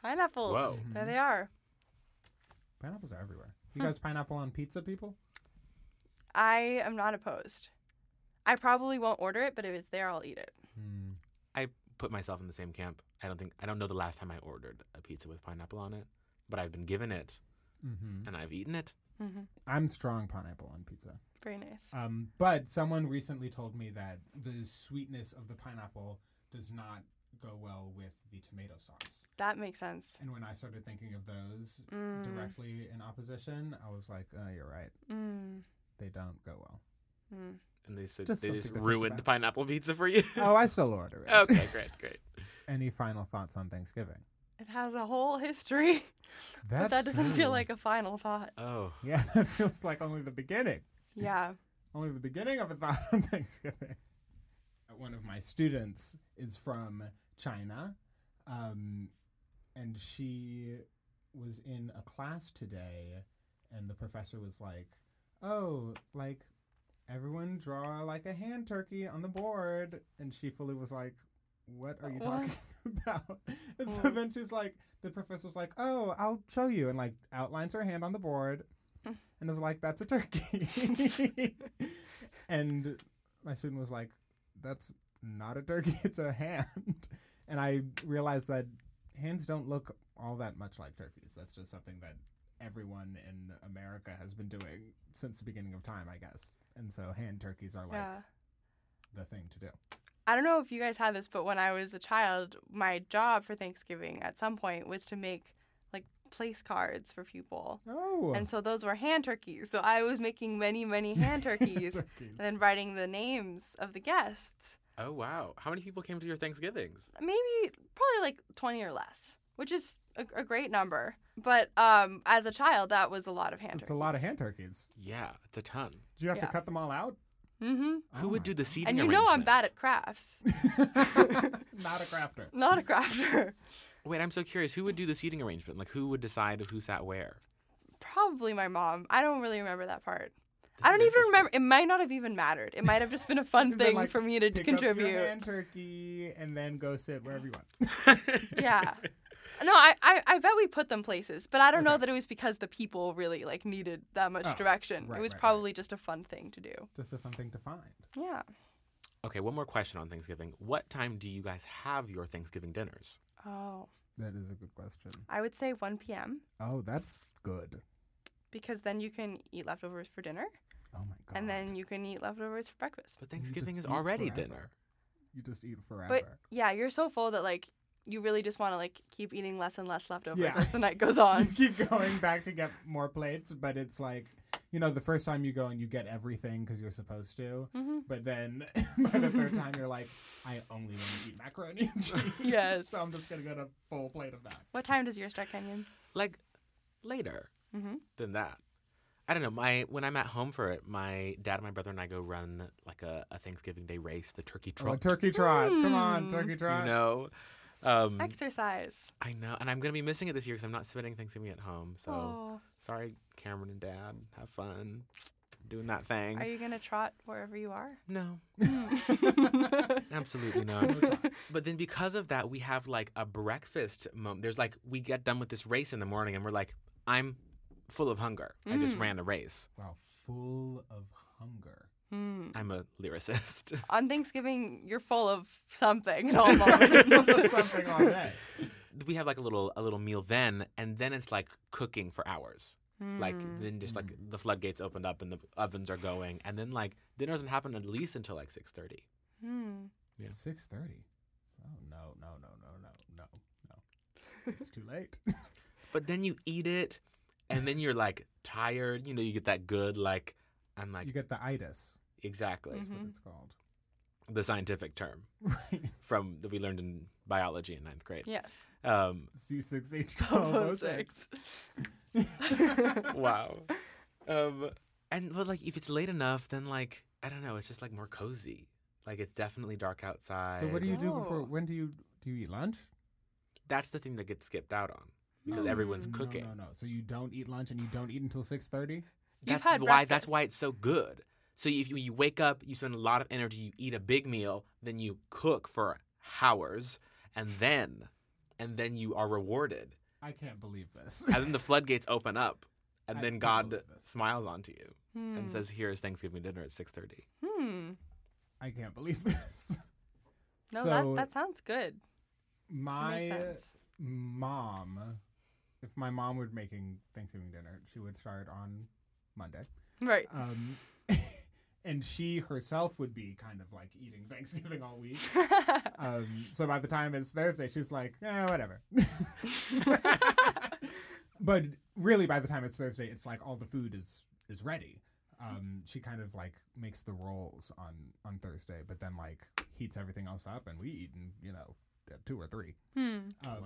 B: Pineapples.
C: Whoa.
B: There they are.
A: Pineapples are everywhere. You guys pineapple on pizza, people?
B: I am not opposed. I probably won't order it, but if it's there, I'll eat it.
C: I put myself in the same camp. I don't think I don't know the last time I ordered a pizza with pineapple on it, but I've been given it
A: Mm-hmm.
C: and I've eaten it.
B: hmm
A: I'm strong pineapple on pizza.
B: Very nice.
A: Um, but someone recently told me that the sweetness of the pineapple does not go well with the tomato sauce.
B: That makes sense.
A: And when I started thinking of those
B: Mm.
A: directly in opposition, I was like, oh, you're right.
B: Mm.
A: They don't go well.
B: Mm.
C: And they said
A: Just
C: they
A: something
C: just
A: to think
C: ruined
A: about.
C: pineapple pizza for you.
A: Oh, I still order it.
C: okay, great, great.
A: Any final thoughts on Thanksgiving?
B: It has a whole history, but that doesn't feel like a final thought.
C: Oh,
A: Yeah, that feels like only the beginning.
B: Yeah.
A: Only the beginning of a thought on Thanksgiving. One of my students is from China, um, and she was in a class today, and the professor was like, "Oh, like everyone draw like a hand turkey on the board," and she fully was like. What are you
B: What?
A: talking about? And so
B: Hmm.
A: then she's like, the professor's like, oh, I'll show you, and like outlines her hand on the board,
B: Hmm.
A: and is like, that's a turkey. and my student was like, that's not a turkey, it's a hand. And I realized that hands don't look all that much like turkeys. That's just something that everyone in America has been doing since the beginning of time, I guess. And so hand turkeys are like
B: Yeah.
A: the thing to do.
B: I don't know if you guys had this, but when I was a child, my job for Thanksgiving at some point was to make like place cards for people.
A: Oh.
B: And so those were hand turkeys. So I was making many, many hand turkeys and
A: turkeys.
B: then writing the names of the guests.
C: oh wow! How many people came to your Thanksgivings?
B: Maybe probably like 20 or less, which is a, a great number. But um, as a child, that was a lot of hand
A: It's
B: turkeys.
A: a lot of hand turkeys.
C: Yeah, it's a ton.
A: Do you have
B: Yeah.
A: to cut them all out?
B: Mm-hmm.
C: Who
A: Oh
C: would
A: my
C: do the seating?
B: And you know I'm bad at
C: arrangements?
B: crafts.
A: Not a crafter.
B: Not a crafter.
C: Wait, I'm so curious. Who would do the seating arrangement? Like, who would decide who sat where?
B: Probably my mom. I don't really remember that part.
C: This
B: I
C: is
B: don't even
C: interesting.
B: remember. It might not have even mattered. It might have just been a fun
A: You've been
B: thing
A: like,
B: for me to
A: Pick Up your
B: contribute.
A: hand turkey and then go sit wherever you want.
B: Yeah. No, I, I, I bet we put them places, but I don't know that it was because the people really like needed that much
A: Oh,
B: direction.
A: right,
B: it was
A: right, right.
B: probably just a fun thing to do.
A: Just a fun thing to find.
B: Yeah.
C: Okay, one more question on Thanksgiving. What time do you guys have your Thanksgiving dinners?
B: Oh,
A: That is a good question.
B: I would say 1 p.m.
A: Oh, that's good.
B: because then you can eat leftovers for dinner,
A: Oh my god.
B: and then you can eat leftovers for breakfast.
C: But
A: You just
C: Thanksgiving is
A: eat
C: already
A: forever.
C: dinner.
A: you just eat forever.
B: But yeah, you're so full that like you really just want to like keep eating less and less leftovers
A: Yeah.
B: as the night goes
A: you
B: on.
A: keep going back to get more plates, but it's like you know the first time you go and you get everything because you're supposed to,
B: Mm-hmm.
A: but then by the third time you're like, I only want to eat macaroni and cheese.
B: Yes.
A: so I'm just gonna get a full plate of that.
B: what time does your start, Kenyon?
C: Like later
B: Mm-hmm.
C: than that. I don't know. My when I'm at home for it, my dad and my brother and I go run like a, a Thanksgiving Day race, the turkey
A: Oh,
C: trot.
A: turkey trot! Come
B: Hmm.
A: on, turkey
C: you
A: trot!
C: know. Um,
A: Mm.
B: Exercise.
C: I know, and I'm gonna be missing it this year because I'm not spending Thanksgiving at home. So
B: Oh,
C: sorry, Cameron and Dad. Have fun doing that thing.
B: are you gonna trot wherever you are?
C: No, absolutely not. but then because of that, we have like a breakfast moment. There's like we get done with this race in the morning, and we're like, I'm full of hunger. I just ran a race.
A: Wow, full of hunger. Hmm.
C: I'm a lyricist.
B: On Thanksgiving, you're full of something at all moments.
A: Something all day.
C: we have like a little a little meal then, and then it's like cooking for hours. Like
B: Hmm. Mm-hmm.
C: then just like
A: Mm-hmm.
C: the floodgates opened up and the ovens are going, and then like dinner doesn't happen at least until like six thirty.
B: Hmm.
A: Six thirty. Oh no no no no no no no! It's too late.
C: But then you eat it, and then you're like tired. You know, you get that good like I'm like,
A: You get the itis.
C: exactly.
A: That's
B: Mhm.
A: what it's called. Mm-hmm.
C: The scientific term
A: Right.
C: from that we learned in biology in ninth grade.
B: Yes.
C: Um,
A: C6H1206.
C: wow. Um, and but like if it's late enough, then like I don't know, it's just like more cozy. Like it's definitely dark outside.
A: So what do you do before?
B: Oh.
A: When do you do you eat lunch?
C: That's the thing that gets skipped out on because everyone's
B: Hmm.
A: No,
C: cooking.
A: No, no, So you don't eat lunch and you don't eat until six thirty.
B: You've
C: That's
B: had
C: why that's
B: breakfast.
C: why it's so good. So if you, you wake up, you spend a lot of energy, you eat a big meal, then you cook for hours, and then and then you are rewarded,
A: I can't believe this.
C: and then the floodgates open up, and
A: I
C: then
A: can't
C: God
A: believe this.
C: smiles onto you
B: Hmm.
C: and says, "Here is Thanksgiving dinner at 6:30."
B: Hmm.
A: I can't believe this.
B: No,
A: So- uh,
B: that, that sounds good. That makes
A: My
B: sense.
A: mom, if my mom were making Thanksgiving dinner, she would start on Monday.
B: Right.
A: Um, and she herself would be kind of like eating Thanksgiving all week. Um, so by the time it's Thursday, she's like, eh, whatever. but really, by the time it's Thursday, it's like all the food is is ready. Um, she kind of like makes the rolls on on Thursday, but then like heats everything else up, and we eat, in, you know, at two or three.
B: hmm.
A: Um,
C: Wow.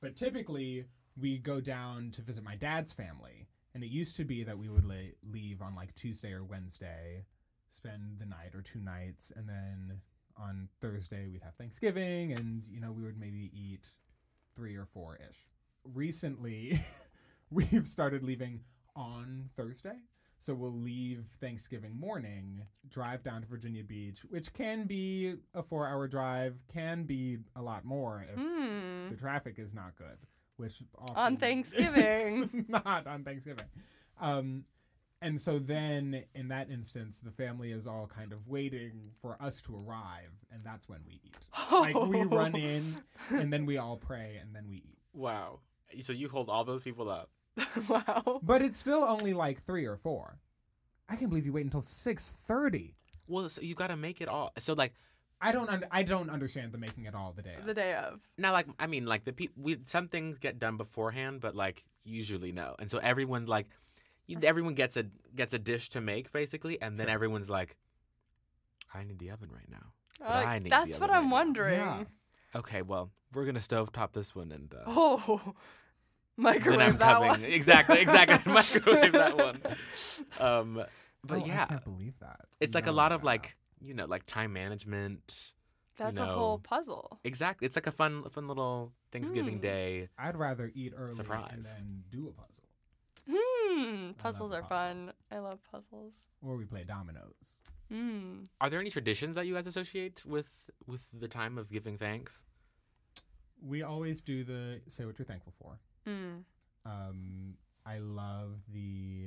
A: But typically, we go down to visit my dad's family. And it used to be that we would la- leave on like Tuesday or Wednesday, spend the night or two nights. And then on Thursday, we'd have Thanksgiving and, you know, we would maybe eat three or four ish. Recently, we've started leaving on Thursday. So we'll leave Thanksgiving morning, drive down to Virginia Beach, which can be a four hour drive, can be a lot more if
B: Hmm.
C: Mm-hmm.
A: the traffic is not good, which often
B: On
A: is
B: Thanksgiving.
A: not on Thanksgiving. Um, and so then, in that instance, the family is all kind of waiting for us to arrive, and that's when we eat. Like we run in, and then we all pray, and then we eat.
C: Wow. So you hold all those people up.
B: wow.
A: But it's still only like three or four. I can't believe you wait until six thirty.
C: Well, so you got to make it all. So like
A: I don't. Un- I don't understand the making it all the day. of.
B: The day of.
C: now, like I mean, like the people. We some things get done beforehand, but like usually no. And so everyone like, you, everyone gets a gets a dish to make basically, and then
A: Sure.
C: everyone's like, I need the oven right now. But
B: Like,
C: I need the
B: that's what
C: oven
B: I'm
C: right now.
B: wondering.
A: Yeah.
C: Okay, well we're gonna stovetop this one and. Uh,
B: Oh, microwave
C: Then I'm
B: that
C: coming.
B: one.
C: Exactly, exactly. Microwave that one. Um, but
A: Oh, I
C: yeah,
A: can't believe that.
C: it's like a
A: No,
C: lot of
A: no, no.
C: like you know like time management.
B: That's a
C: No.
B: whole puzzle.
C: Exactly, it's like a fun fun little Thanksgiving
B: Mm.
C: day.
A: I'd rather eat early and
C: Surprise.
A: then do a puzzle.
B: Hmm. Puzzles
A: a
B: are
A: puzzle.
B: fun. I love puzzles.
A: or we play dominoes.
B: Hmm.
C: Are there any traditions that you guys associate with with the time of giving thanks?
A: We always do the say what you're thankful for.
B: Hmm.
A: Um, I love the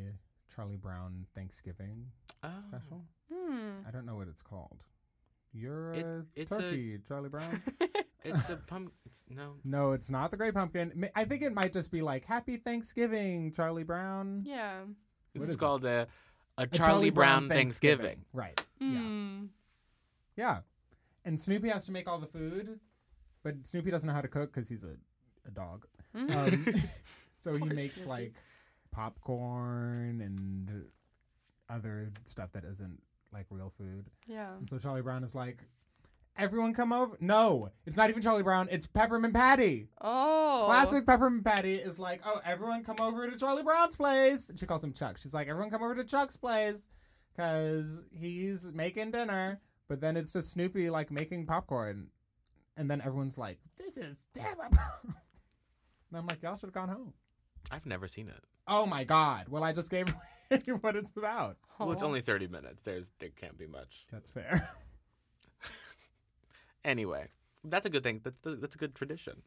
A: Charlie Brown Thanksgiving
C: Oh,
A: special.
B: Hmm.
A: I don't know what it's called. You're
C: It-
A: a
C: it's a-
A: turkey, Charlie Brown.
C: it's a pump. It's, no,
A: no, it's not the Great Pumpkin. Ma- I think it might just be like Happy Thanksgiving, Charlie Brown.
B: Yeah.
A: What
C: this is
A: is it?
C: called a, a
A: A
C: Charlie, Brown Thanksgiving. Mm.
A: Right. Yeah.
B: Hmm.
A: Yeah. And Snoopy has to make all the food, but Snoopy doesn't know how to cook because he's a, a dog.
C: Mm.
A: Um, so he
B: Poor
A: makes
B: Snoopy.
A: like popcorn and other stuff that isn't like real food.
B: Yeah.
A: And so Charlie Brown is like, everyone come over. No, it's not even Charlie Brown. It's Peppermint Patty.
B: Oh.
A: Classic Peppermint Patty is like, oh, everyone come over to Charlie Brown's place. She calls him Chuck. She's like, everyone come over to Chuck's place because he's making dinner. But then it's just Snoopy like making popcorn. And then everyone's like, this is terrible. and I'm like, y'all should have gone home.
C: I've never seen it.
A: Oh my God. Well, I just gave away what it's about.
C: Well, it's
B: Oh.
C: only thirty minutes. There's there can't be much.
A: That's fair.
C: Anyway, that's a good thing. That's that's a good tradition.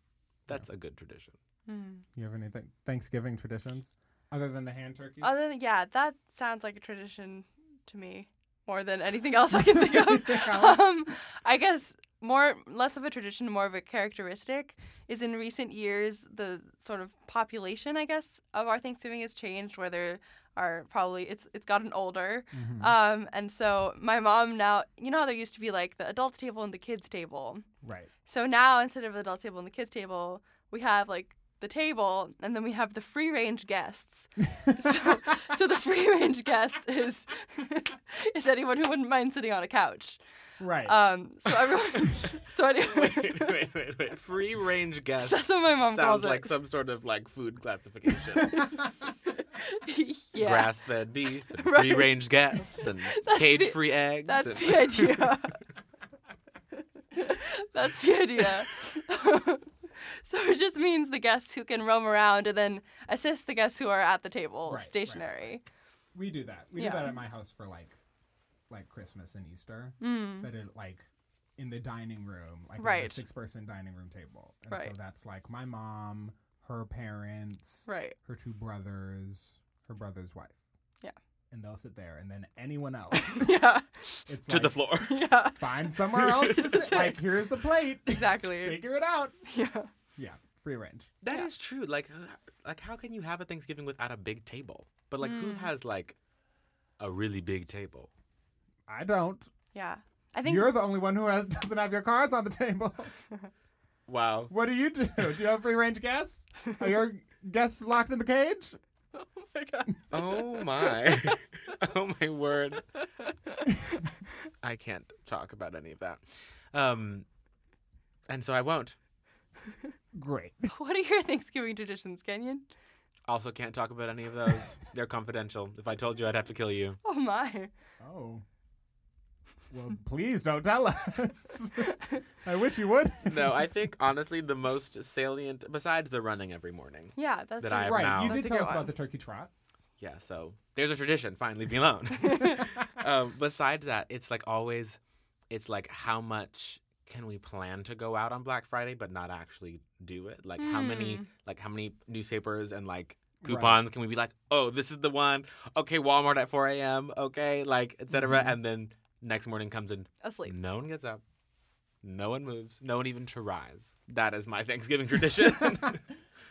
C: That's a good tradition.
B: Hmm.
A: You have any th- Thanksgiving traditions other than the hand turkey?
B: Other than yeah, that sounds like a tradition to me more than anything else I can think of.
A: Alex?
B: um, I guess more less of a tradition, more of a characteristic is in recent years the sort of population I guess of our Thanksgiving has changed. Where there are probably it's it's gotten older,
A: Mm-hmm.
B: um, and so my mom now you know how there used to be like the adults table and the kids table.
A: right.
B: So now instead of the adult table and the kids table, we have like the table, and then we have the free range guests. so, so the free range guests is is anyone who wouldn't mind sitting on a couch.
A: Right.
B: Um, so everyone, so anyone,
C: wait, wait, wait, wait. Free range guest
B: that's what my mom
C: sounds
B: calls
C: like
B: it.
C: some sort of like food classification.
B: yeah,
C: Grass fed beef, and
B: Right.
C: free range guests, and
B: That's the-
C: cage free eggs.
B: that's
C: and-
B: the idea. that's the idea. so it just means the guests who can roam around and then assist the guests who are at the table
A: Right, right.
B: stationary.
A: we do that. We
B: Yeah.
A: do that at my house for like, like Christmas and Easter. That it like in the dining room, like
B: Mm. Right.
A: a six-person dining room table, and so
B: Right.
A: that's like my mom, her parents,
B: Right.
A: her two brothers, her brother's wife.
B: Yeah.
A: And they'll sit there, and then anyone else.
B: Yeah.
A: It's
C: to
A: like,
C: the floor.
B: Yeah.
A: Find somewhere else to sit. Like here's a plate.
B: Exactly.
A: Figure it out.
B: Yeah.
A: Yeah, free range.
C: That is true. Like, h- like how can you have a Thanksgiving without a big table? But like, who has like a really big table?
A: I don't.
B: Yeah. I think
A: You're the only one who has, doesn't have your cards on the table.
C: Wow.
A: What do you do? Do you have free range guests? Are your guests locked in the cage?
C: Oh my. oh my word. I can't talk about any of that. Um, and so I won't.
A: Great.
B: what are your Thanksgiving traditions, Kenyon?
C: Also, can't talk about any of those. They're confidential. If I told you, I'd have to kill you.
B: Oh my.
A: Oh. Well, please don't tell us. I wish you would.
C: No, I think honestly, the most salient, besides the running every morning.
B: Yeah, that's
C: That I have
A: right.
C: now.
A: You
B: That's
A: did
B: a
A: tell
B: good
A: us about
B: one.
A: the turkey trot.
C: Yeah, so there's a tradition. Fine, leave me alone. um, besides that, it's like always, it's like how much can we plan to go out on Black Friday but not actually do it? Like how
A: Hmm.
C: many, like how many newspapers and like coupons can we be like, oh, this is the one. Okay, Walmart at 4 a.m. Okay, like etc.
A: Mm-hmm.
C: And then next morning comes and
B: asleep.
C: no one gets up, no one moves, no one even tries. That is my Thanksgiving tradition.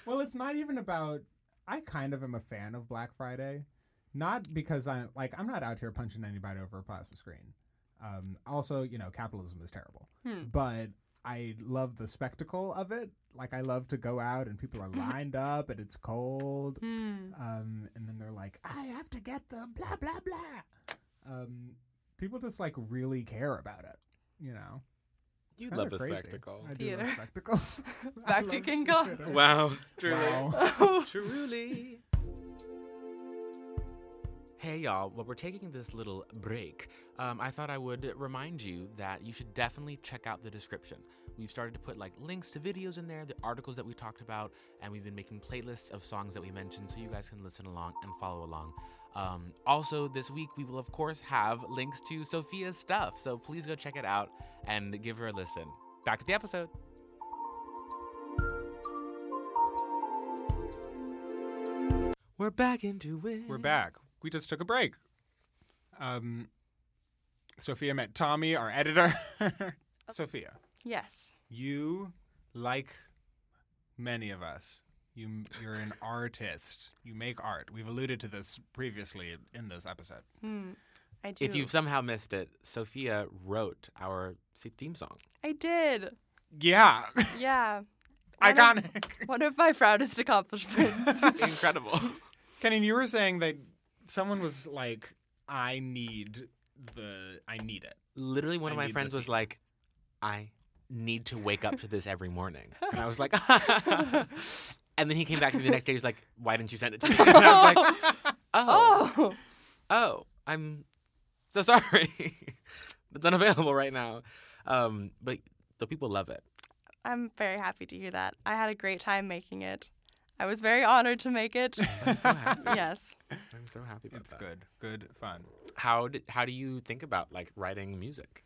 A: Well, it's not even about. I kind of am a fan of Black Friday, not because I like. I'm not out here punching anybody over a plasma screen. Um, also, you know, capitalism is terrible,
B: Hmm.
A: but I love the spectacle of it. Like, I love to go out and people are lined up and it's cold,
B: Hmm.
A: um, and then they're like, "I have to get the blah blah blah." Um, people just like really care about it, you know. It's
C: you
A: kinda
C: love the
A: crazy.
C: spectacle.
A: I do love
B: Theater.
A: spectacle. I
B: Back to
A: love
B: King Kong.
A: theater.
C: Wow, truly.
A: Wow.
C: Truly. Hey y'all, while we're taking this little break, um, I thought I would remind you that you should definitely check out the description. We've started to put like links to videos in there, the articles that we talked about, and we've been making playlists of songs that we mentioned so you guys can listen along and follow along. Um, also, this week we will, of course, have links to Sophia's stuff, so please go check it out and give her a listen. Back to the episode. We're back into it.
D: We're back. We just took a break. Um, Sophia met Tommy, our editor. Sophia,
B: Yes.
D: you, like many of us, you you're an artist. You make art. We've alluded to this previously in this episode.
B: Hmm. I do.
C: If you've somehow missed it, Sophia wrote our theme song.
B: I did.
D: Yeah,
B: Yeah. One
D: iconic.
B: of, one of my proudest accomplishments.
C: Incredible.
D: Kenny, you were saying that someone was like, "I need the, I need it."
C: Literally, one
D: I
C: of my
D: need the
C: friends was
D: theme.
C: like, I need to wake up to this every morning. And I was like, and then he came back to me the next day. He's like, Why didn't you send it to me? And I was like, Oh,
B: oh.
C: oh, I'm so sorry. it's unavailable right now. Um, but the people love it.
B: I'm very happy to hear that. I had a great time making it. I was very honored to make it.
C: I'm so happy.
B: yes.
C: I'm so happy about
D: It's
C: that.
D: good, good fun.
C: How, did, how do you think about like writing music?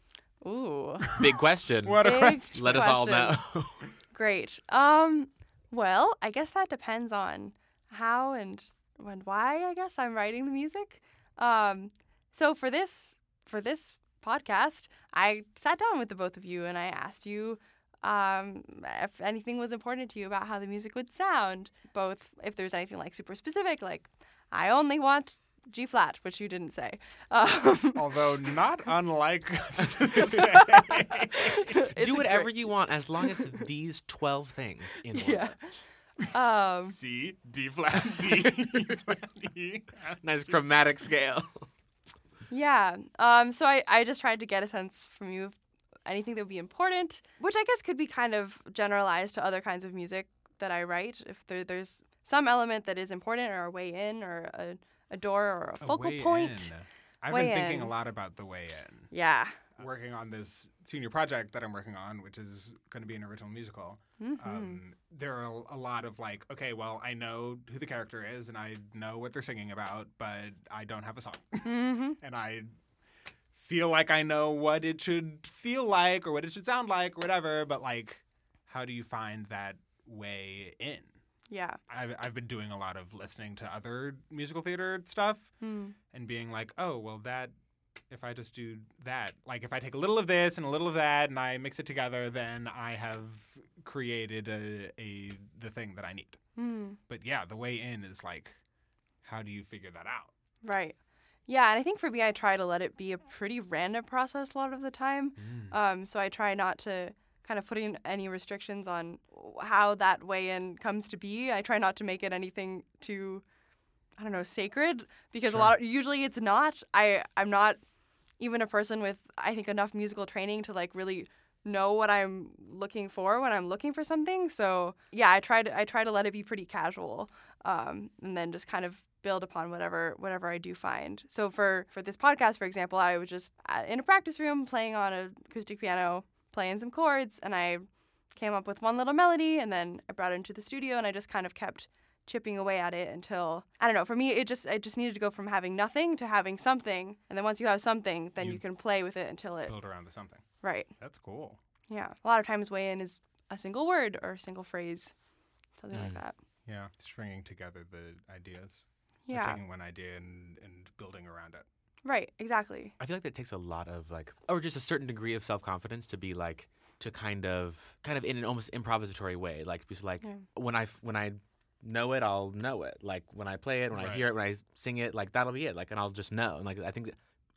B: Ooh.
C: Big question.
D: What a
B: Big
D: question.
C: Let us all
B: question.
C: know.
B: Great. Um, well, I guess that depends on how and and why I guess I'm writing the music. Um, so for this for this podcast, I sat down with the both of you and I asked you um, if anything was important to you about how the music would sound. Both if there's anything like super specific, like I only want G flat, which you didn't say. Um,
D: Although not unlike us to say.
B: it's a
C: do whatever
B: great-
C: you want as long as these 12 things in order.
B: Yeah. Um,
C: C, D flat, D, E flat, E. Nice chromatic scale.
B: yeah. Um, so I, I just tried to get a sense from you of anything that would be important, which I guess could be kind of generalized to other kinds of music that I write. If there, there's some element that is important or a way in or a, a door or a
A: A
B: focal
A: way
B: point.
A: in. I've
B: Way
A: been thinking
B: in.
A: a lot about the way in.
B: Yeah.
A: Uh, working on this senior project that I'm working on, which is going to be an original musical,
B: Hmm.
A: um, there are a- a lot of like, okay, well, I know who the character is and I know what they're singing about, but I don't have a song.
B: Mm-hmm.
A: and I feel like I know what it should feel like or what it should sound like or whatever, but like, how do you find that way in?
B: Yeah.
A: I've, I've been doing a lot of listening to other musical theater stuff
B: Mm.
A: and being like, oh, well, that, if I just do that, like if I take a little of this and a little of that and I mix it together, then I have created a, a the thing that I need.
B: Mm.
A: But yeah, the way in is like, how do you figure that out?
B: Right. Yeah, and I think for me, I try to let it be a pretty random process a lot of the time.
A: Mm.
B: Um, so I try not to kind of put in any restrictions on how that way in comes to be. I try not to make it anything too, I don't know, sacred because a lot usually it's not. I I'm not even a person with I think enough musical training to like really know what I'm looking for when I'm looking for something. So yeah, I try to I try to let it be pretty casual, um, and then just kind of build upon whatever whatever I do find. So for for this podcast, for example, I was just at, in a practice room playing on an acoustic piano, playing some chords, and I came up with one little melody, and then I brought it into the studio, and I just kind of kept chipping away at it until I don't know. For me, it just I just needed to go from having nothing to having something, and then once you have something, then
A: You-
B: you can play with it until it
A: Build around to something.
B: right.
A: That's cool.
B: Yeah. A lot of times weigh in is a single word or a single phrase, something like
C: Mm.
B: that.
A: Yeah, stringing together the ideas. Or
B: Yeah.
A: Taking one idea and, and building around it.
B: Right. Exactly.
C: I feel like that takes a lot of like, or just a certain degree of self confidence to be like, to kind of, kind of in an almost improvisatory way. Like, just like
B: Yeah.
C: when I when I know it, I'll know it. Like when I play it, when I
A: Right.
C: hear it, when I sing it, like that'll be it. Like, and I'll just know. And like, I think that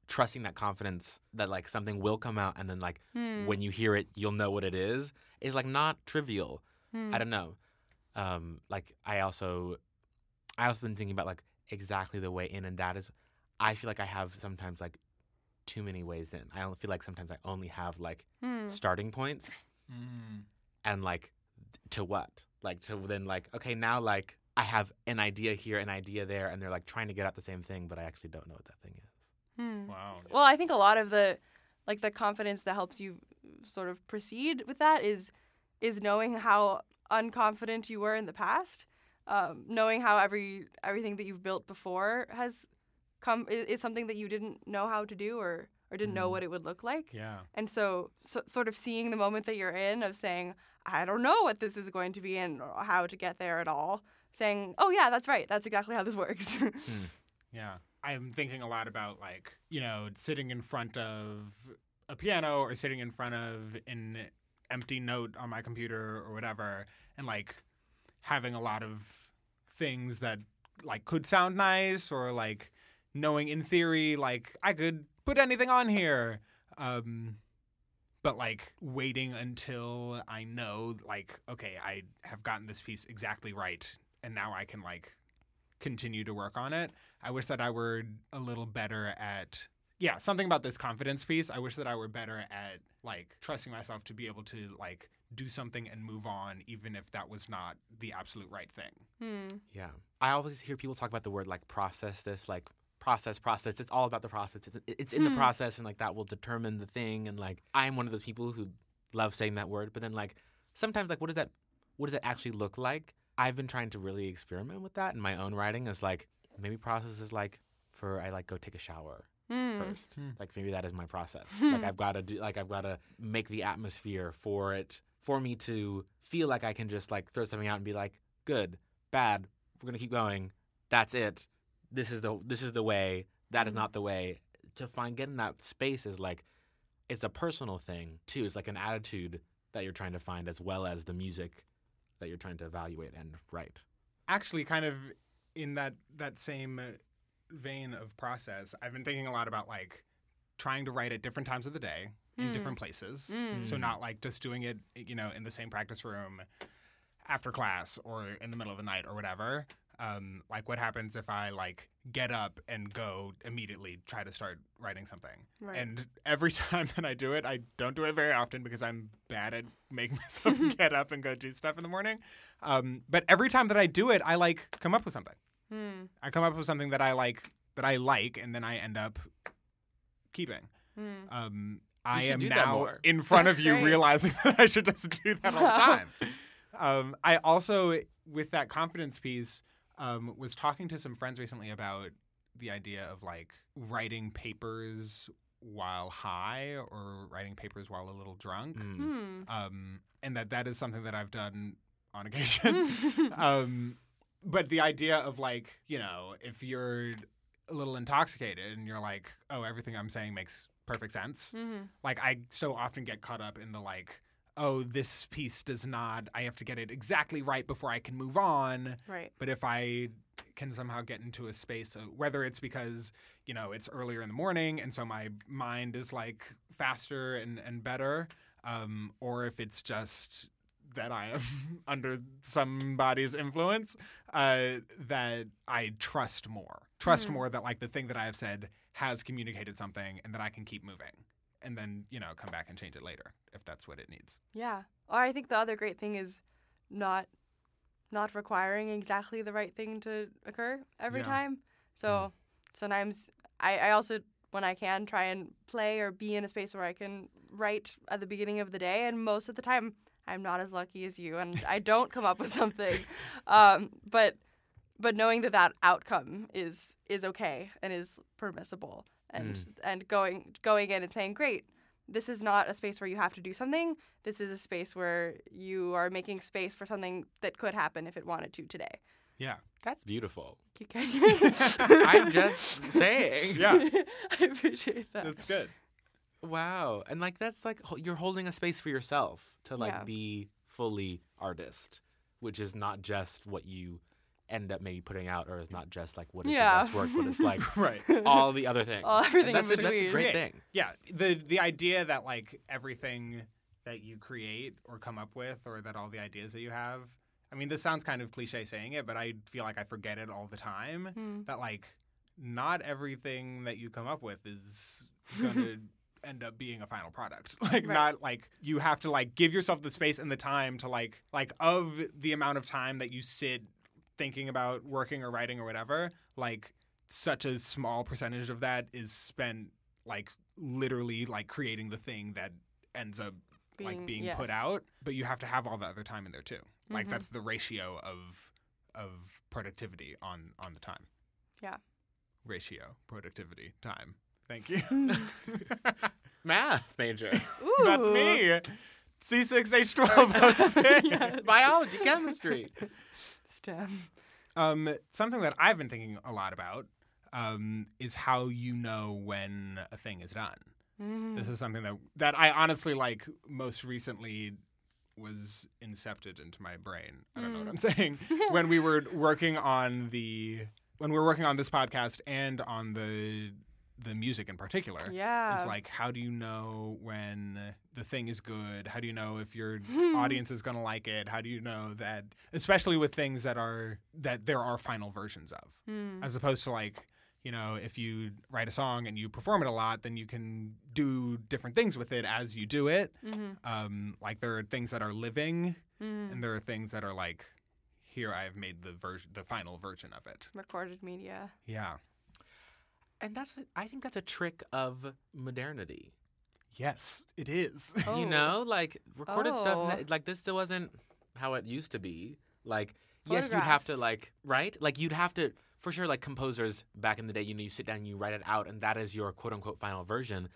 C: trusting that confidence that like something will come out, and then like
B: Hmm.
C: when you hear it, you'll know what it is. Is like not trivial.
B: Hmm.
C: I don't know. Um, like I also, I also been thinking about like exactly the way in, and that is, I feel like I have sometimes like too many ways in. I don't feel like sometimes I only have like
B: Hmm.
C: starting points
A: Mm.
C: and like to what, like to then like okay now like I have an idea here, an idea there, and they're like trying to get out the same thing, but I actually don't know what that thing is.
B: Hmm.
A: Wow.
B: Well, I think a lot of the like the confidence that helps you sort of proceed with that is is knowing how unconfident you were in the past, um, knowing how every everything that you've built before has come is, is something that you didn't know how to do or or didn't know
C: Mm-hmm.
A: Mhm.
B: what it would look like.
A: Yeah.
B: And so, so, sort of seeing the moment that you're in of saying, I don't know what this is going to be and or how to get there at all, saying, oh, yeah, that's right. That's exactly how this works.
A: Yeah. I'm thinking a lot about like, you know, sitting in front of a piano or sitting in front of an empty note on my computer or whatever and like having a lot of things that like could sound nice or like knowing in theory like I could put anything on here. Um but like waiting until I know like okay, I have gotten this piece exactly right and now I can like continue to work on it. I wish that I were a little better at yeah, something about this confidence piece. I wish that I were better at like trusting myself to be able to like do something and move on even if that was not the absolute right thing.
B: hmm.
C: Yeah. I always hear people talk about the word like process this, like process, process. It's all about the process. It's, it's in the
B: Hmm.
C: process and like that will determine the thing. And like I'm one of those people who love saying that word, but then like sometimes like what does that what does it actually look like? I've been trying to really experiment with that in my own writing is like maybe process is like for I like go take a shower
B: Hmm.
C: first.
A: Hmm.
C: Like maybe that is my process. like I've got to do like I've got to make the atmosphere for it for me to feel like I can just like throw something out and be like good, bad, we're going to keep going. That's it. This is the this is the way. That is
B: Mm.
C: not the way. To find getting that space is like it's a personal thing too. It's like an attitude that you're trying to find as well as the music that you're trying to evaluate and write.
A: Actually kind of in that that same vein of process, I've been thinking a lot about like trying to write at different times of the day in
B: Hmm.
A: different places.
B: Hmm.
A: So not like just doing it, you know, in the same practice room after class or in the middle of the night or whatever. Um, like what happens if I like get up and go immediately try to start writing something?
B: Right.
A: And every time that I do it, I don't do it very often because I'm bad at making myself get up and go do stuff in the morning. Um, but every time that I do it, I like come up with something.
B: Hmm.
A: I come up with something that I like that I like, and then I end up keeping.
B: Hmm.
A: Um, I
C: should
A: am
C: do that
A: now
C: more.
A: in front of
B: That's
A: you
B: great.
A: realizing that I should just do that all the time. Um, I also, with that confidence piece, um, was talking to some friends recently about the idea of like writing papers while high or writing papers while a little drunk,
C: Mm.
B: Hmm.
A: um, and that that is something that I've done on
B: Hmm.
A: occasion
C: Hmm.
A: um, but the idea of like you know if you're a little intoxicated and you're like oh everything i'm saying makes perfect sense
B: Mhm.
A: like i so often get caught up in the like oh this piece does not i have to get it exactly right before i can move on
B: Right.
A: but if i can somehow get into a space of, whether it's because you know it's earlier in the morning and so my mind is like faster and, and better um, or if it's just that i am under somebody's influence uh, that i trust more trust
B: Mhm.
A: more that like the thing that i have said has communicated something and that i can keep moving and then you know come back and change it later if that's what it needs
B: Yeah. Or I think the other great thing is not not requiring exactly the right thing to occur every
A: Yeah.
B: time. So sometimes I, I also when I can try and play or be in a space where I can write at the beginning of the day and most of the time I'm not as lucky as you and I don't come up with something. Um, but but knowing that that outcome is is okay and is permissible and and going going in and saying great this is not a space where you have to do something this is a space where you are making space for something that could happen if it wanted to today
A: yeah
C: That's beautiful.
B: You can-
C: I'm just saying.
A: yeah
B: i appreciate that
A: that's good
C: Wow. And like that's like ho- you're holding a space for yourself to like
B: Yeah.
C: be fully artist, which is not just what you end up maybe putting out or is not just like what is
B: Yeah.
C: your best work, but it's like
A: right
C: all the other things.
B: All- everything
C: that's,
B: in
C: a- that's a
B: between.
C: great
A: Yeah.
C: thing.
A: Yeah, the the idea that like everything that you create or come up with, or that all the ideas that you have. I mean, this sounds kind of cliche saying it, but I feel like I forget it all the time.
B: Hmm.
A: That like not everything that you come up with is gonna end up being a final product. Like
B: Right.
A: not like you have to like give yourself the space and the time to like like of the amount of time that you sit thinking about working or writing or whatever, like such a small percentage of that is spent like literally like creating the thing that ends up like being put
B: yes.
A: out but you have to have all the other time in there too like
B: Mhm.
A: that's the ratio of of productivity on on the time
B: Yeah.
A: ratio productivity time thank you
C: Math major.
A: that's
B: Ooh.
A: me c6h1206
B: Yes.
C: Biology, chemistry.
B: stem
A: Um, something that I've been thinking a lot about um, is how you know when a thing is done.
B: Mm.
A: This is something that that I honestly like most recently was incepted into my brain. I don't
B: Mm.
A: know what I'm saying. when we were working on the when we were working on this podcast and on the the music in particular.
B: yeah
A: It's like, how do you know when the thing is good? How do you know if your
B: Hmm.
A: audience is going to like it? How do you know that, especially with things that are that there are final versions of,
B: Hmm.
A: as opposed to like, you know, if you write a song and you perform it a lot, then you can do different things with it as you do it.
B: Mhm.
A: Um, like there are things that are living,
B: Mm.
A: and there are things that are like, here I've made the version, the final version of it.
B: recorded media
A: Yeah.
C: And that's a- I think that's a trick of modernity.
A: Yes, it is.
B: Oh.
C: You know, like recorded stuff.
B: Oh.
C: n- Like this still wasn't how it used to be. Like yes, you'd have to
B: Photographs.
C: like right. Like you'd have to for sure. Like composers back in the day, you know, you sit down, and you write it out, and that is your quote unquote final version.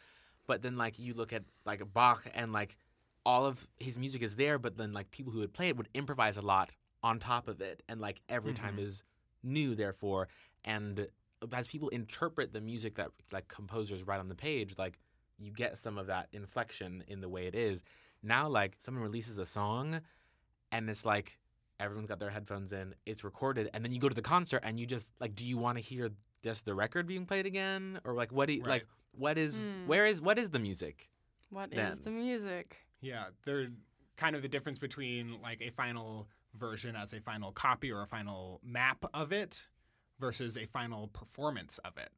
C: But then like you look at like Bach and like all of his music is there, but then like people who would play it would improvise a lot on top of it, and like every
B: Mm-hmm.
C: time is new. Therefore, and as people interpret the music that like composers write on the page, like you get some of that inflection in the way it is. Now, like someone releases a song, and it's like everyone's got their headphones in, it's recorded, and then you go to the concert and you just like, do you want to hear just the record being played again, or like what do you
A: Right.
C: like? What is
B: Mm.
C: where is what is the music?
B: What is
C: Then.
B: the music
A: Yeah, there. kind of the difference between like a final version as a final copy or a final map of it versus a final performance of it.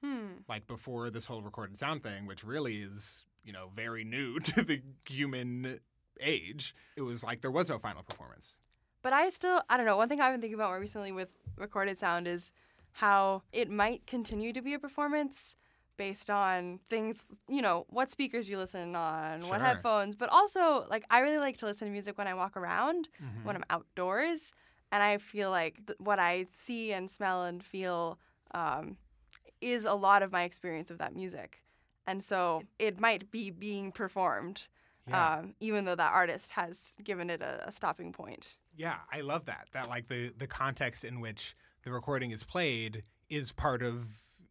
B: Hmm.
A: Like before this whole recorded sound thing, which really is, you know, very new to the human age, it was like there was no final performance.
B: But I still, I don't know. One thing I've been thinking about more recently with recorded sound is how it might continue to be a performance based on things, you know, what speakers you listen on,
A: Sure.
B: what headphones. But also, like, I really like to listen to music when I walk around,
A: Mm-hmm.
B: when I'm outdoors. And I feel like th- what I see and smell and feel um, is a lot of my experience of that music. And so it might be being performed, um, even though that artist has given it a, a stopping point.
A: Yeah, I love that. That like the the context in which the recording is played is part of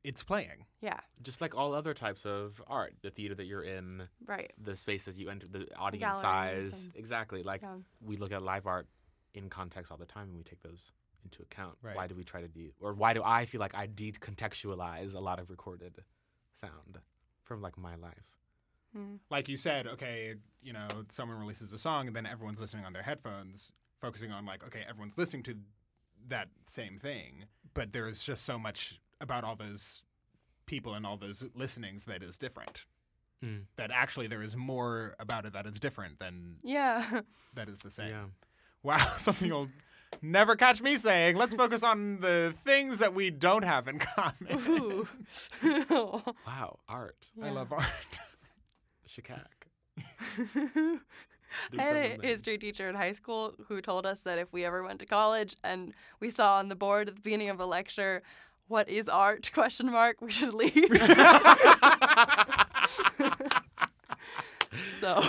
A: its playing.
B: Yeah,
C: Just like all other types of art, the theater that you're in,
B: right.
C: the space that you enter, the audience
B: galleries
C: size.
B: and-
C: Exactly. Like
B: Yeah.
C: we look at live art in context all the time and we take those into account.
A: Right.
C: Why do we try to de or why do I feel like I decontextualize a lot of recorded sound from like my life?
B: Mm.
A: Like you said, okay, you know, someone releases a song and then everyone's listening on their headphones, focusing on like, okay, everyone's listening to that same thing, but there is just so much about all those people and all those listenings that is different.
C: Mm.
A: That actually there is more about it that is different than
B: Yeah.
A: that is the same.
C: Yeah.
A: Wow, something you'll never catch me saying. Let's focus on the things that we don't have in common.
B: Ooh. yeah.
C: Wow. Art.
A: I love art.
C: Shikak.
B: I had a history teacher in high school who told us that if we ever went to college and we saw on the board at the beginning of a lecture, "What is art?" question mark, we should leave. so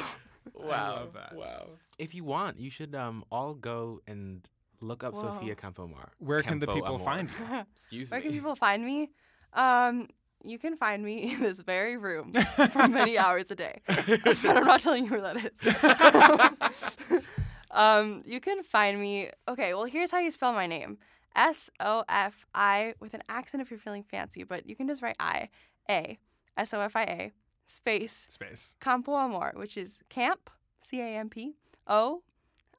C: Wow.
A: love that.
C: Wow. If you want, you should um all go and look up
B: Whoa.
C: Sophia Campomar.
A: Where can the
C: Campo
A: people
C: Amor.
A: find you?
C: Excuse
B: Where
C: me.
B: can people find me? Um, you can find me in this very room for many hours a day. but I'm not telling you where that is. um, you can find me. Okay, well, here's how you spell my name S O F I with an accent if you're feeling fancy, but you can just write I, A, S O F I A, space,
A: Space.
B: Campo Amor, which is camp, C A M P, O,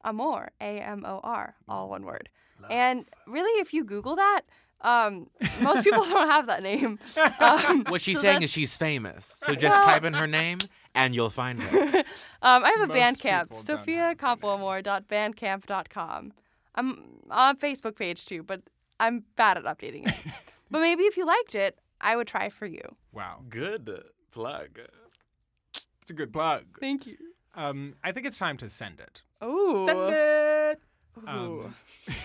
B: amor, A M O R, all one word. And really, if you Google that, um, most people don't have that name. Um,
C: What she's
B: so
C: saying
B: that's-
C: is she's famous. So just
B: Well-
C: type in her name and you'll find her.
B: um, I have a
A: most
B: Bandcamp,
A: people don't have that name.
B: sophiacampoamor.bandcamp.com. I'm on a Facebook page too, but I'm bad at updating it. but maybe if you liked it, I would try for you.
A: Wow.
C: Good plug.
A: It's a good plug.
B: Thank you.
A: Um, I think it's time to send it.
B: Oh.
A: it.
B: Ooh.
A: Um,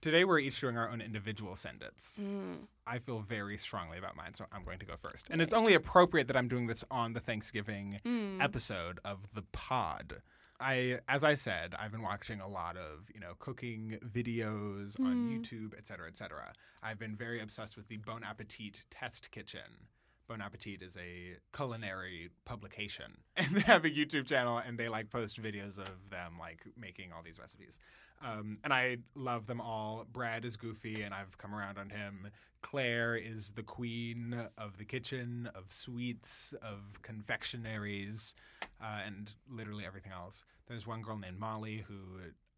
A: today we're each doing our own individual send its.
B: Mm.
A: I feel very strongly about mine, so I'm going to go first. And it's only appropriate that I'm doing this on the Thanksgiving
B: Mm.
A: episode of the pod. I, as I said, I've been watching a lot of you know cooking videos on
B: Hmm.
A: YouTube, et cetera, et cetera. I've been very obsessed with the Bon Appetit Test Kitchen. Bon Appetit is a culinary publication, and they have a YouTube channel, and they like post videos of them like making all these recipes. Um, and I love them all. Brad is goofy, and I've come around on him. Claire is the queen of the kitchen, of sweets, of confectionaries, uh, and literally everything else. There's one girl named Molly who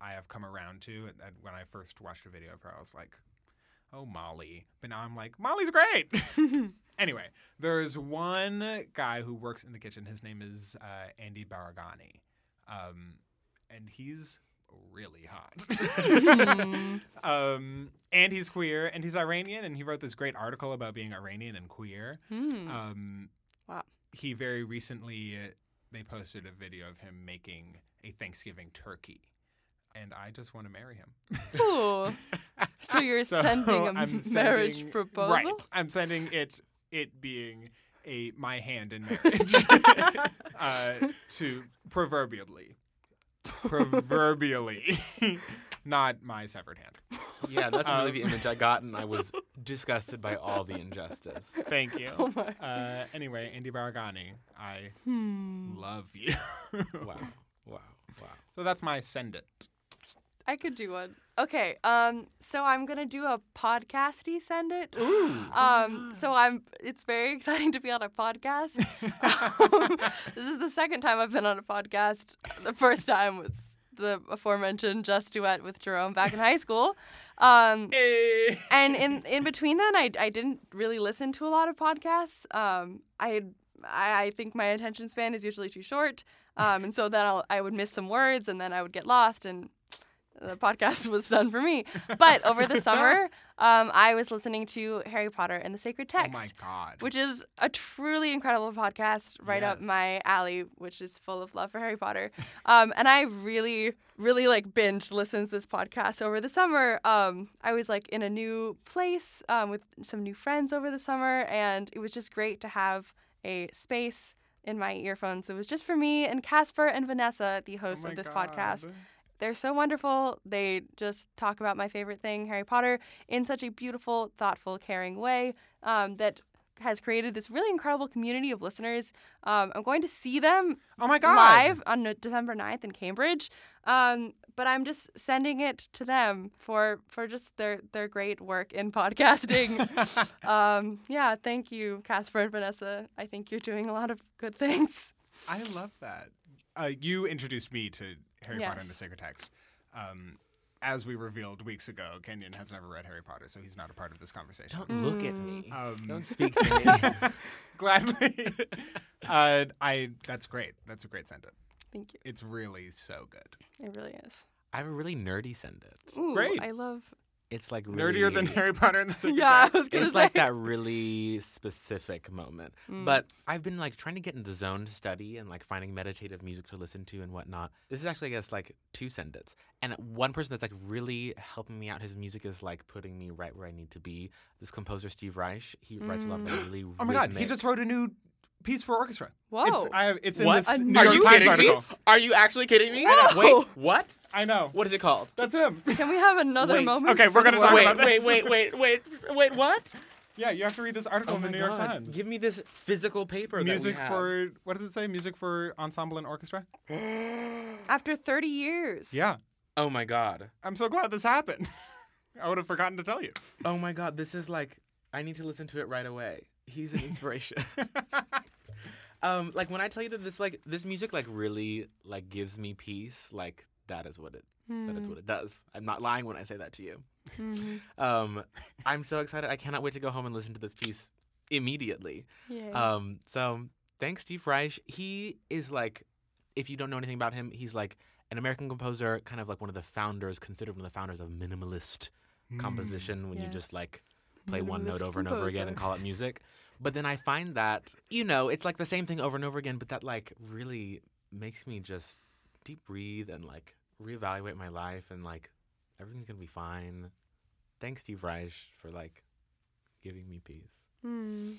A: I have come around to. And- And when I first watched a video of her, I was like, oh, Molly. But now I'm like, Molly's great. anyway, there is one guy who works in the kitchen. His name is uh, Andy Baragani. Um, and he's really hot.
B: Hmm.
A: um, and he's queer and he's Iranian. And he wrote this great article about being Iranian and queer.
B: Mm.
C: Uh.
A: Um,
B: Wow.
A: He very recently uh, they posted a video of him making a Thanksgiving turkey, and I just want to marry him.
B: Ooh. So you're
A: So
B: sending a
A: I'm
B: marriage
A: sending-
B: proposal?
A: Right. I'm sending it. It being a my hand in marriage uh, to proverbially, proverbially, not my severed hand.
C: Yeah, that's really
A: Um,
C: the image I got, and I was disgusted by all the injustice.
A: Thank you.
B: Oh my.
A: Uh, anyway, Andy Baragani, I
B: Hmm.
A: love you.
C: Wow, wow, wow.
A: so that's my send it.
B: I could do one. Okay. Um. So I'm gonna do a podcasty send it.
C: Ooh.
B: Um. So I'm. It's very exciting to be on a podcast. Um, this is the second time I've been on a podcast. The first time was the aforementioned Just Duet with Jerome back in high school. Um.
A: Oh
B: and in in between then, I I didn't really listen to a lot of podcasts. Um, I had- I, I think my attention span is usually too short, um, and so then I'll, I would miss some words, and then I would get lost, and the podcast was done for me. But over the summer, um, I was listening to Harry Potter and the Sacred
A: Oh my
B: Text.
A: god.
B: Which is a truly incredible podcast, right up
A: Yes.
B: my alley, which is full of love for Harry Potter. Um, and I really, really like binge listens this podcast over the summer. Um, I was like in a new place um, with some new friends over the summer, and it was just great to have a space in my earphones. It was just for me and Casper and Vanessa, the
A: Oh
B: hosts
A: my
B: of this
A: God.
B: podcast. They're so wonderful. They just talk about my favorite thing, Harry Potter, in such a beautiful, thoughtful, caring way um, that has created this really incredible community of listeners. Um, I'm going to see them
A: Oh my god.
B: live on No- December 9th in Cambridge. Um, but I'm just sending it to them for for just their their great work in podcasting. um, yeah, thank you, Casper and Vanessa. I think you're doing a lot of good things.
A: I love that. Uh, you introduced me to Harry Potter and the
B: Yes.
A: Sacred Text. Um, as we revealed weeks ago, Kenyon has never read Harry Potter, so he's not a part of this conversation.
C: Don't look at me.
A: Um,
C: Don't speak to me.
A: Gladly. uh, I. That's great. That's a great sentence.
B: Thank you.
A: It's really so good.
B: It really is.
C: I have a really nerdy send it.
B: Ooh,
A: Great.
B: I love.
C: It's like
A: Nerdier than
C: really-
A: Harry Potter and the Sacred
B: Yeah,
A: Text.
B: I was gonna
C: It's
B: say.
C: like that really specific moment.
B: Mm.
C: But I've been like trying to get in the zone to study and like finding meditative music to listen to and whatnot. This is actually, I guess, like two sentence. And one person that's like really helping me out, his music is like putting me right where I need to be. This composer, Steve Reich, he writes a lot of like, really
A: Oh my god, he
C: rhythmic-
A: just wrote a new piece for orchestra.
B: Whoa.
A: It's, I have, it's in
C: What?
A: this
B: A
A: New
B: new-
C: Are
A: York
C: you
A: Times
C: kidding
A: article.
C: me? Are you actually kidding me?
B: Whoa.
C: Wait, what?
A: I know.
C: What is it called?
A: That's him.
B: Can we have another
C: Wait,
B: moment?
A: okay,
B: for
A: we're
B: the
A: gonna
B: world?
A: talk
C: Wait,
A: about
C: wait,
A: this.
C: wait, wait, wait, wait, what?
A: Yeah, you have to read this article in the
C: Oh my
A: Oh New York
C: God.
A: Times.
C: Give me this physical paper. that we
A: Music
C: have.
A: for what does it say? Music for ensemble and orchestra.
B: After 30 years.
A: Yeah,
C: Oh my god.
A: I'm so glad this happened. I would have forgotten to tell you.
C: Oh my god, this is like I need to listen to it right away. He's an inspiration. um like when I tell you that this like this music like really like gives me peace, like that is what it that is what it does. I'm not lying when I say that to you.
B: Mhm.
C: Um I'm so excited. I cannot wait to go home and listen to this piece immediately.
B: Yay.
C: Um, so thanks, Steve Reich. He is like, if you don't know anything about him, he's like an American composer, kind of like one of the founders, considered one of the founders of minimalist composition, when you
B: Mm. Yes.
C: just like play one note
B: Minimalist
C: over and over again and
B: composer.
C: call it music. But then I find that, you know, it's like the same thing over and over again, but that like really makes me just deep breathe and like reevaluate my life and like everything's gonna be fine. Thanks, Steve Reich, for like giving me peace.
B: Mm.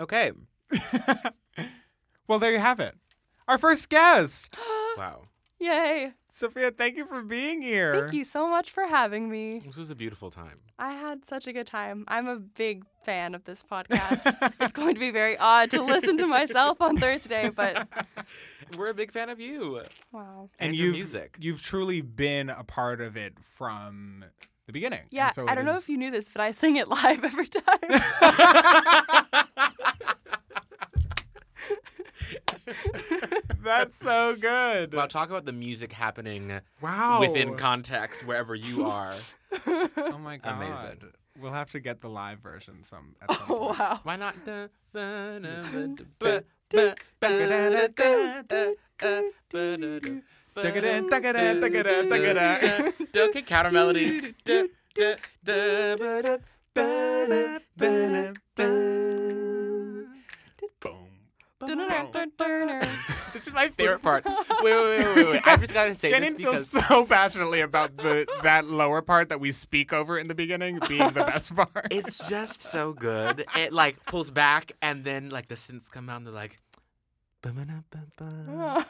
C: Okay.
A: well, there you have it. Our first guest,
C: Wow.
B: Yay.
A: Sophia. Thank you for being here.
B: Thank you so much for having me.
C: This was a beautiful time.
B: I had such a good time. I'm a big fan of this podcast. it's going to be very odd to listen to myself on Thursday, but
C: We're a big fan of you.
B: wow.
A: And
C: your
A: you've
C: music.
A: you've truly been a part of it from the beginning. And
B: Yeah,
A: so
B: I
A: it
B: don't know
A: is-
B: if you knew this, but I sing it live every time.
A: That's so good.
C: Well, talk about the music happening
A: Wow.
C: within context wherever you are.
A: oh my god.
C: Amazing.
A: We'll have to get the live version some. At some
B: oh,
A: point.
B: wow.
C: Why not?
A: Dugga-da, dugga-da, dugga-da, dugga-da.
C: Okay, counter melody. This is my favorite part. Wait, wait, wait, wait, wait. I just gotta say this
A: Kenan
C: because
A: feels so passionately about the that lower part that we speak over in the beginning being the best part.
C: It's just so good. It like pulls back, and then like the synths come out, and they're like, "Ba-ma-na-ba-ba,
B: Oh.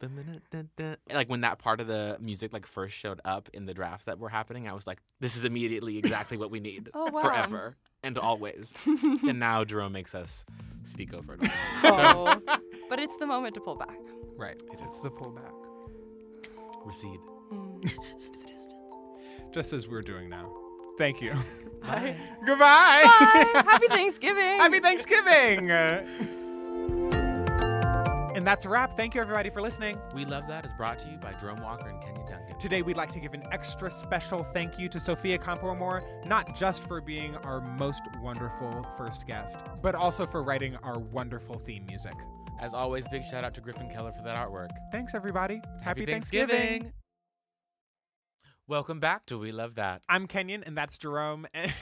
C: ba-ma-na-da-da." like when that part of the music like first showed up in the drafts that were happening, I was like, this is immediately exactly what we need
B: Oh, wow.
C: forever and always. and now Jerome makes us speak over it. all.
B: Oh. but it's the moment to pull back.
A: Right. It is the pullback.
C: recede.
B: Mm.
A: just as we're doing now. Thank you.
B: Bye.
A: Goodbye.
B: Bye. Happy Thanksgiving.
A: Happy Thanksgiving. and that's a wrap. Thank you, everybody, for listening.
C: We Love That is brought to you by Jerome Walker and Kenya Duncan.
A: Today, we'd like to give an extra special thank you to Sophia Campoamor, not just for being our most wonderful first guest, but also for writing our wonderful theme music.
C: As always, big shout out to Griffin Keller for that artwork.
A: Thanks, everybody. Happy, Thanksgiving.
C: Welcome back to We Love That.
A: I'm Kenyon, and that's Jerome. And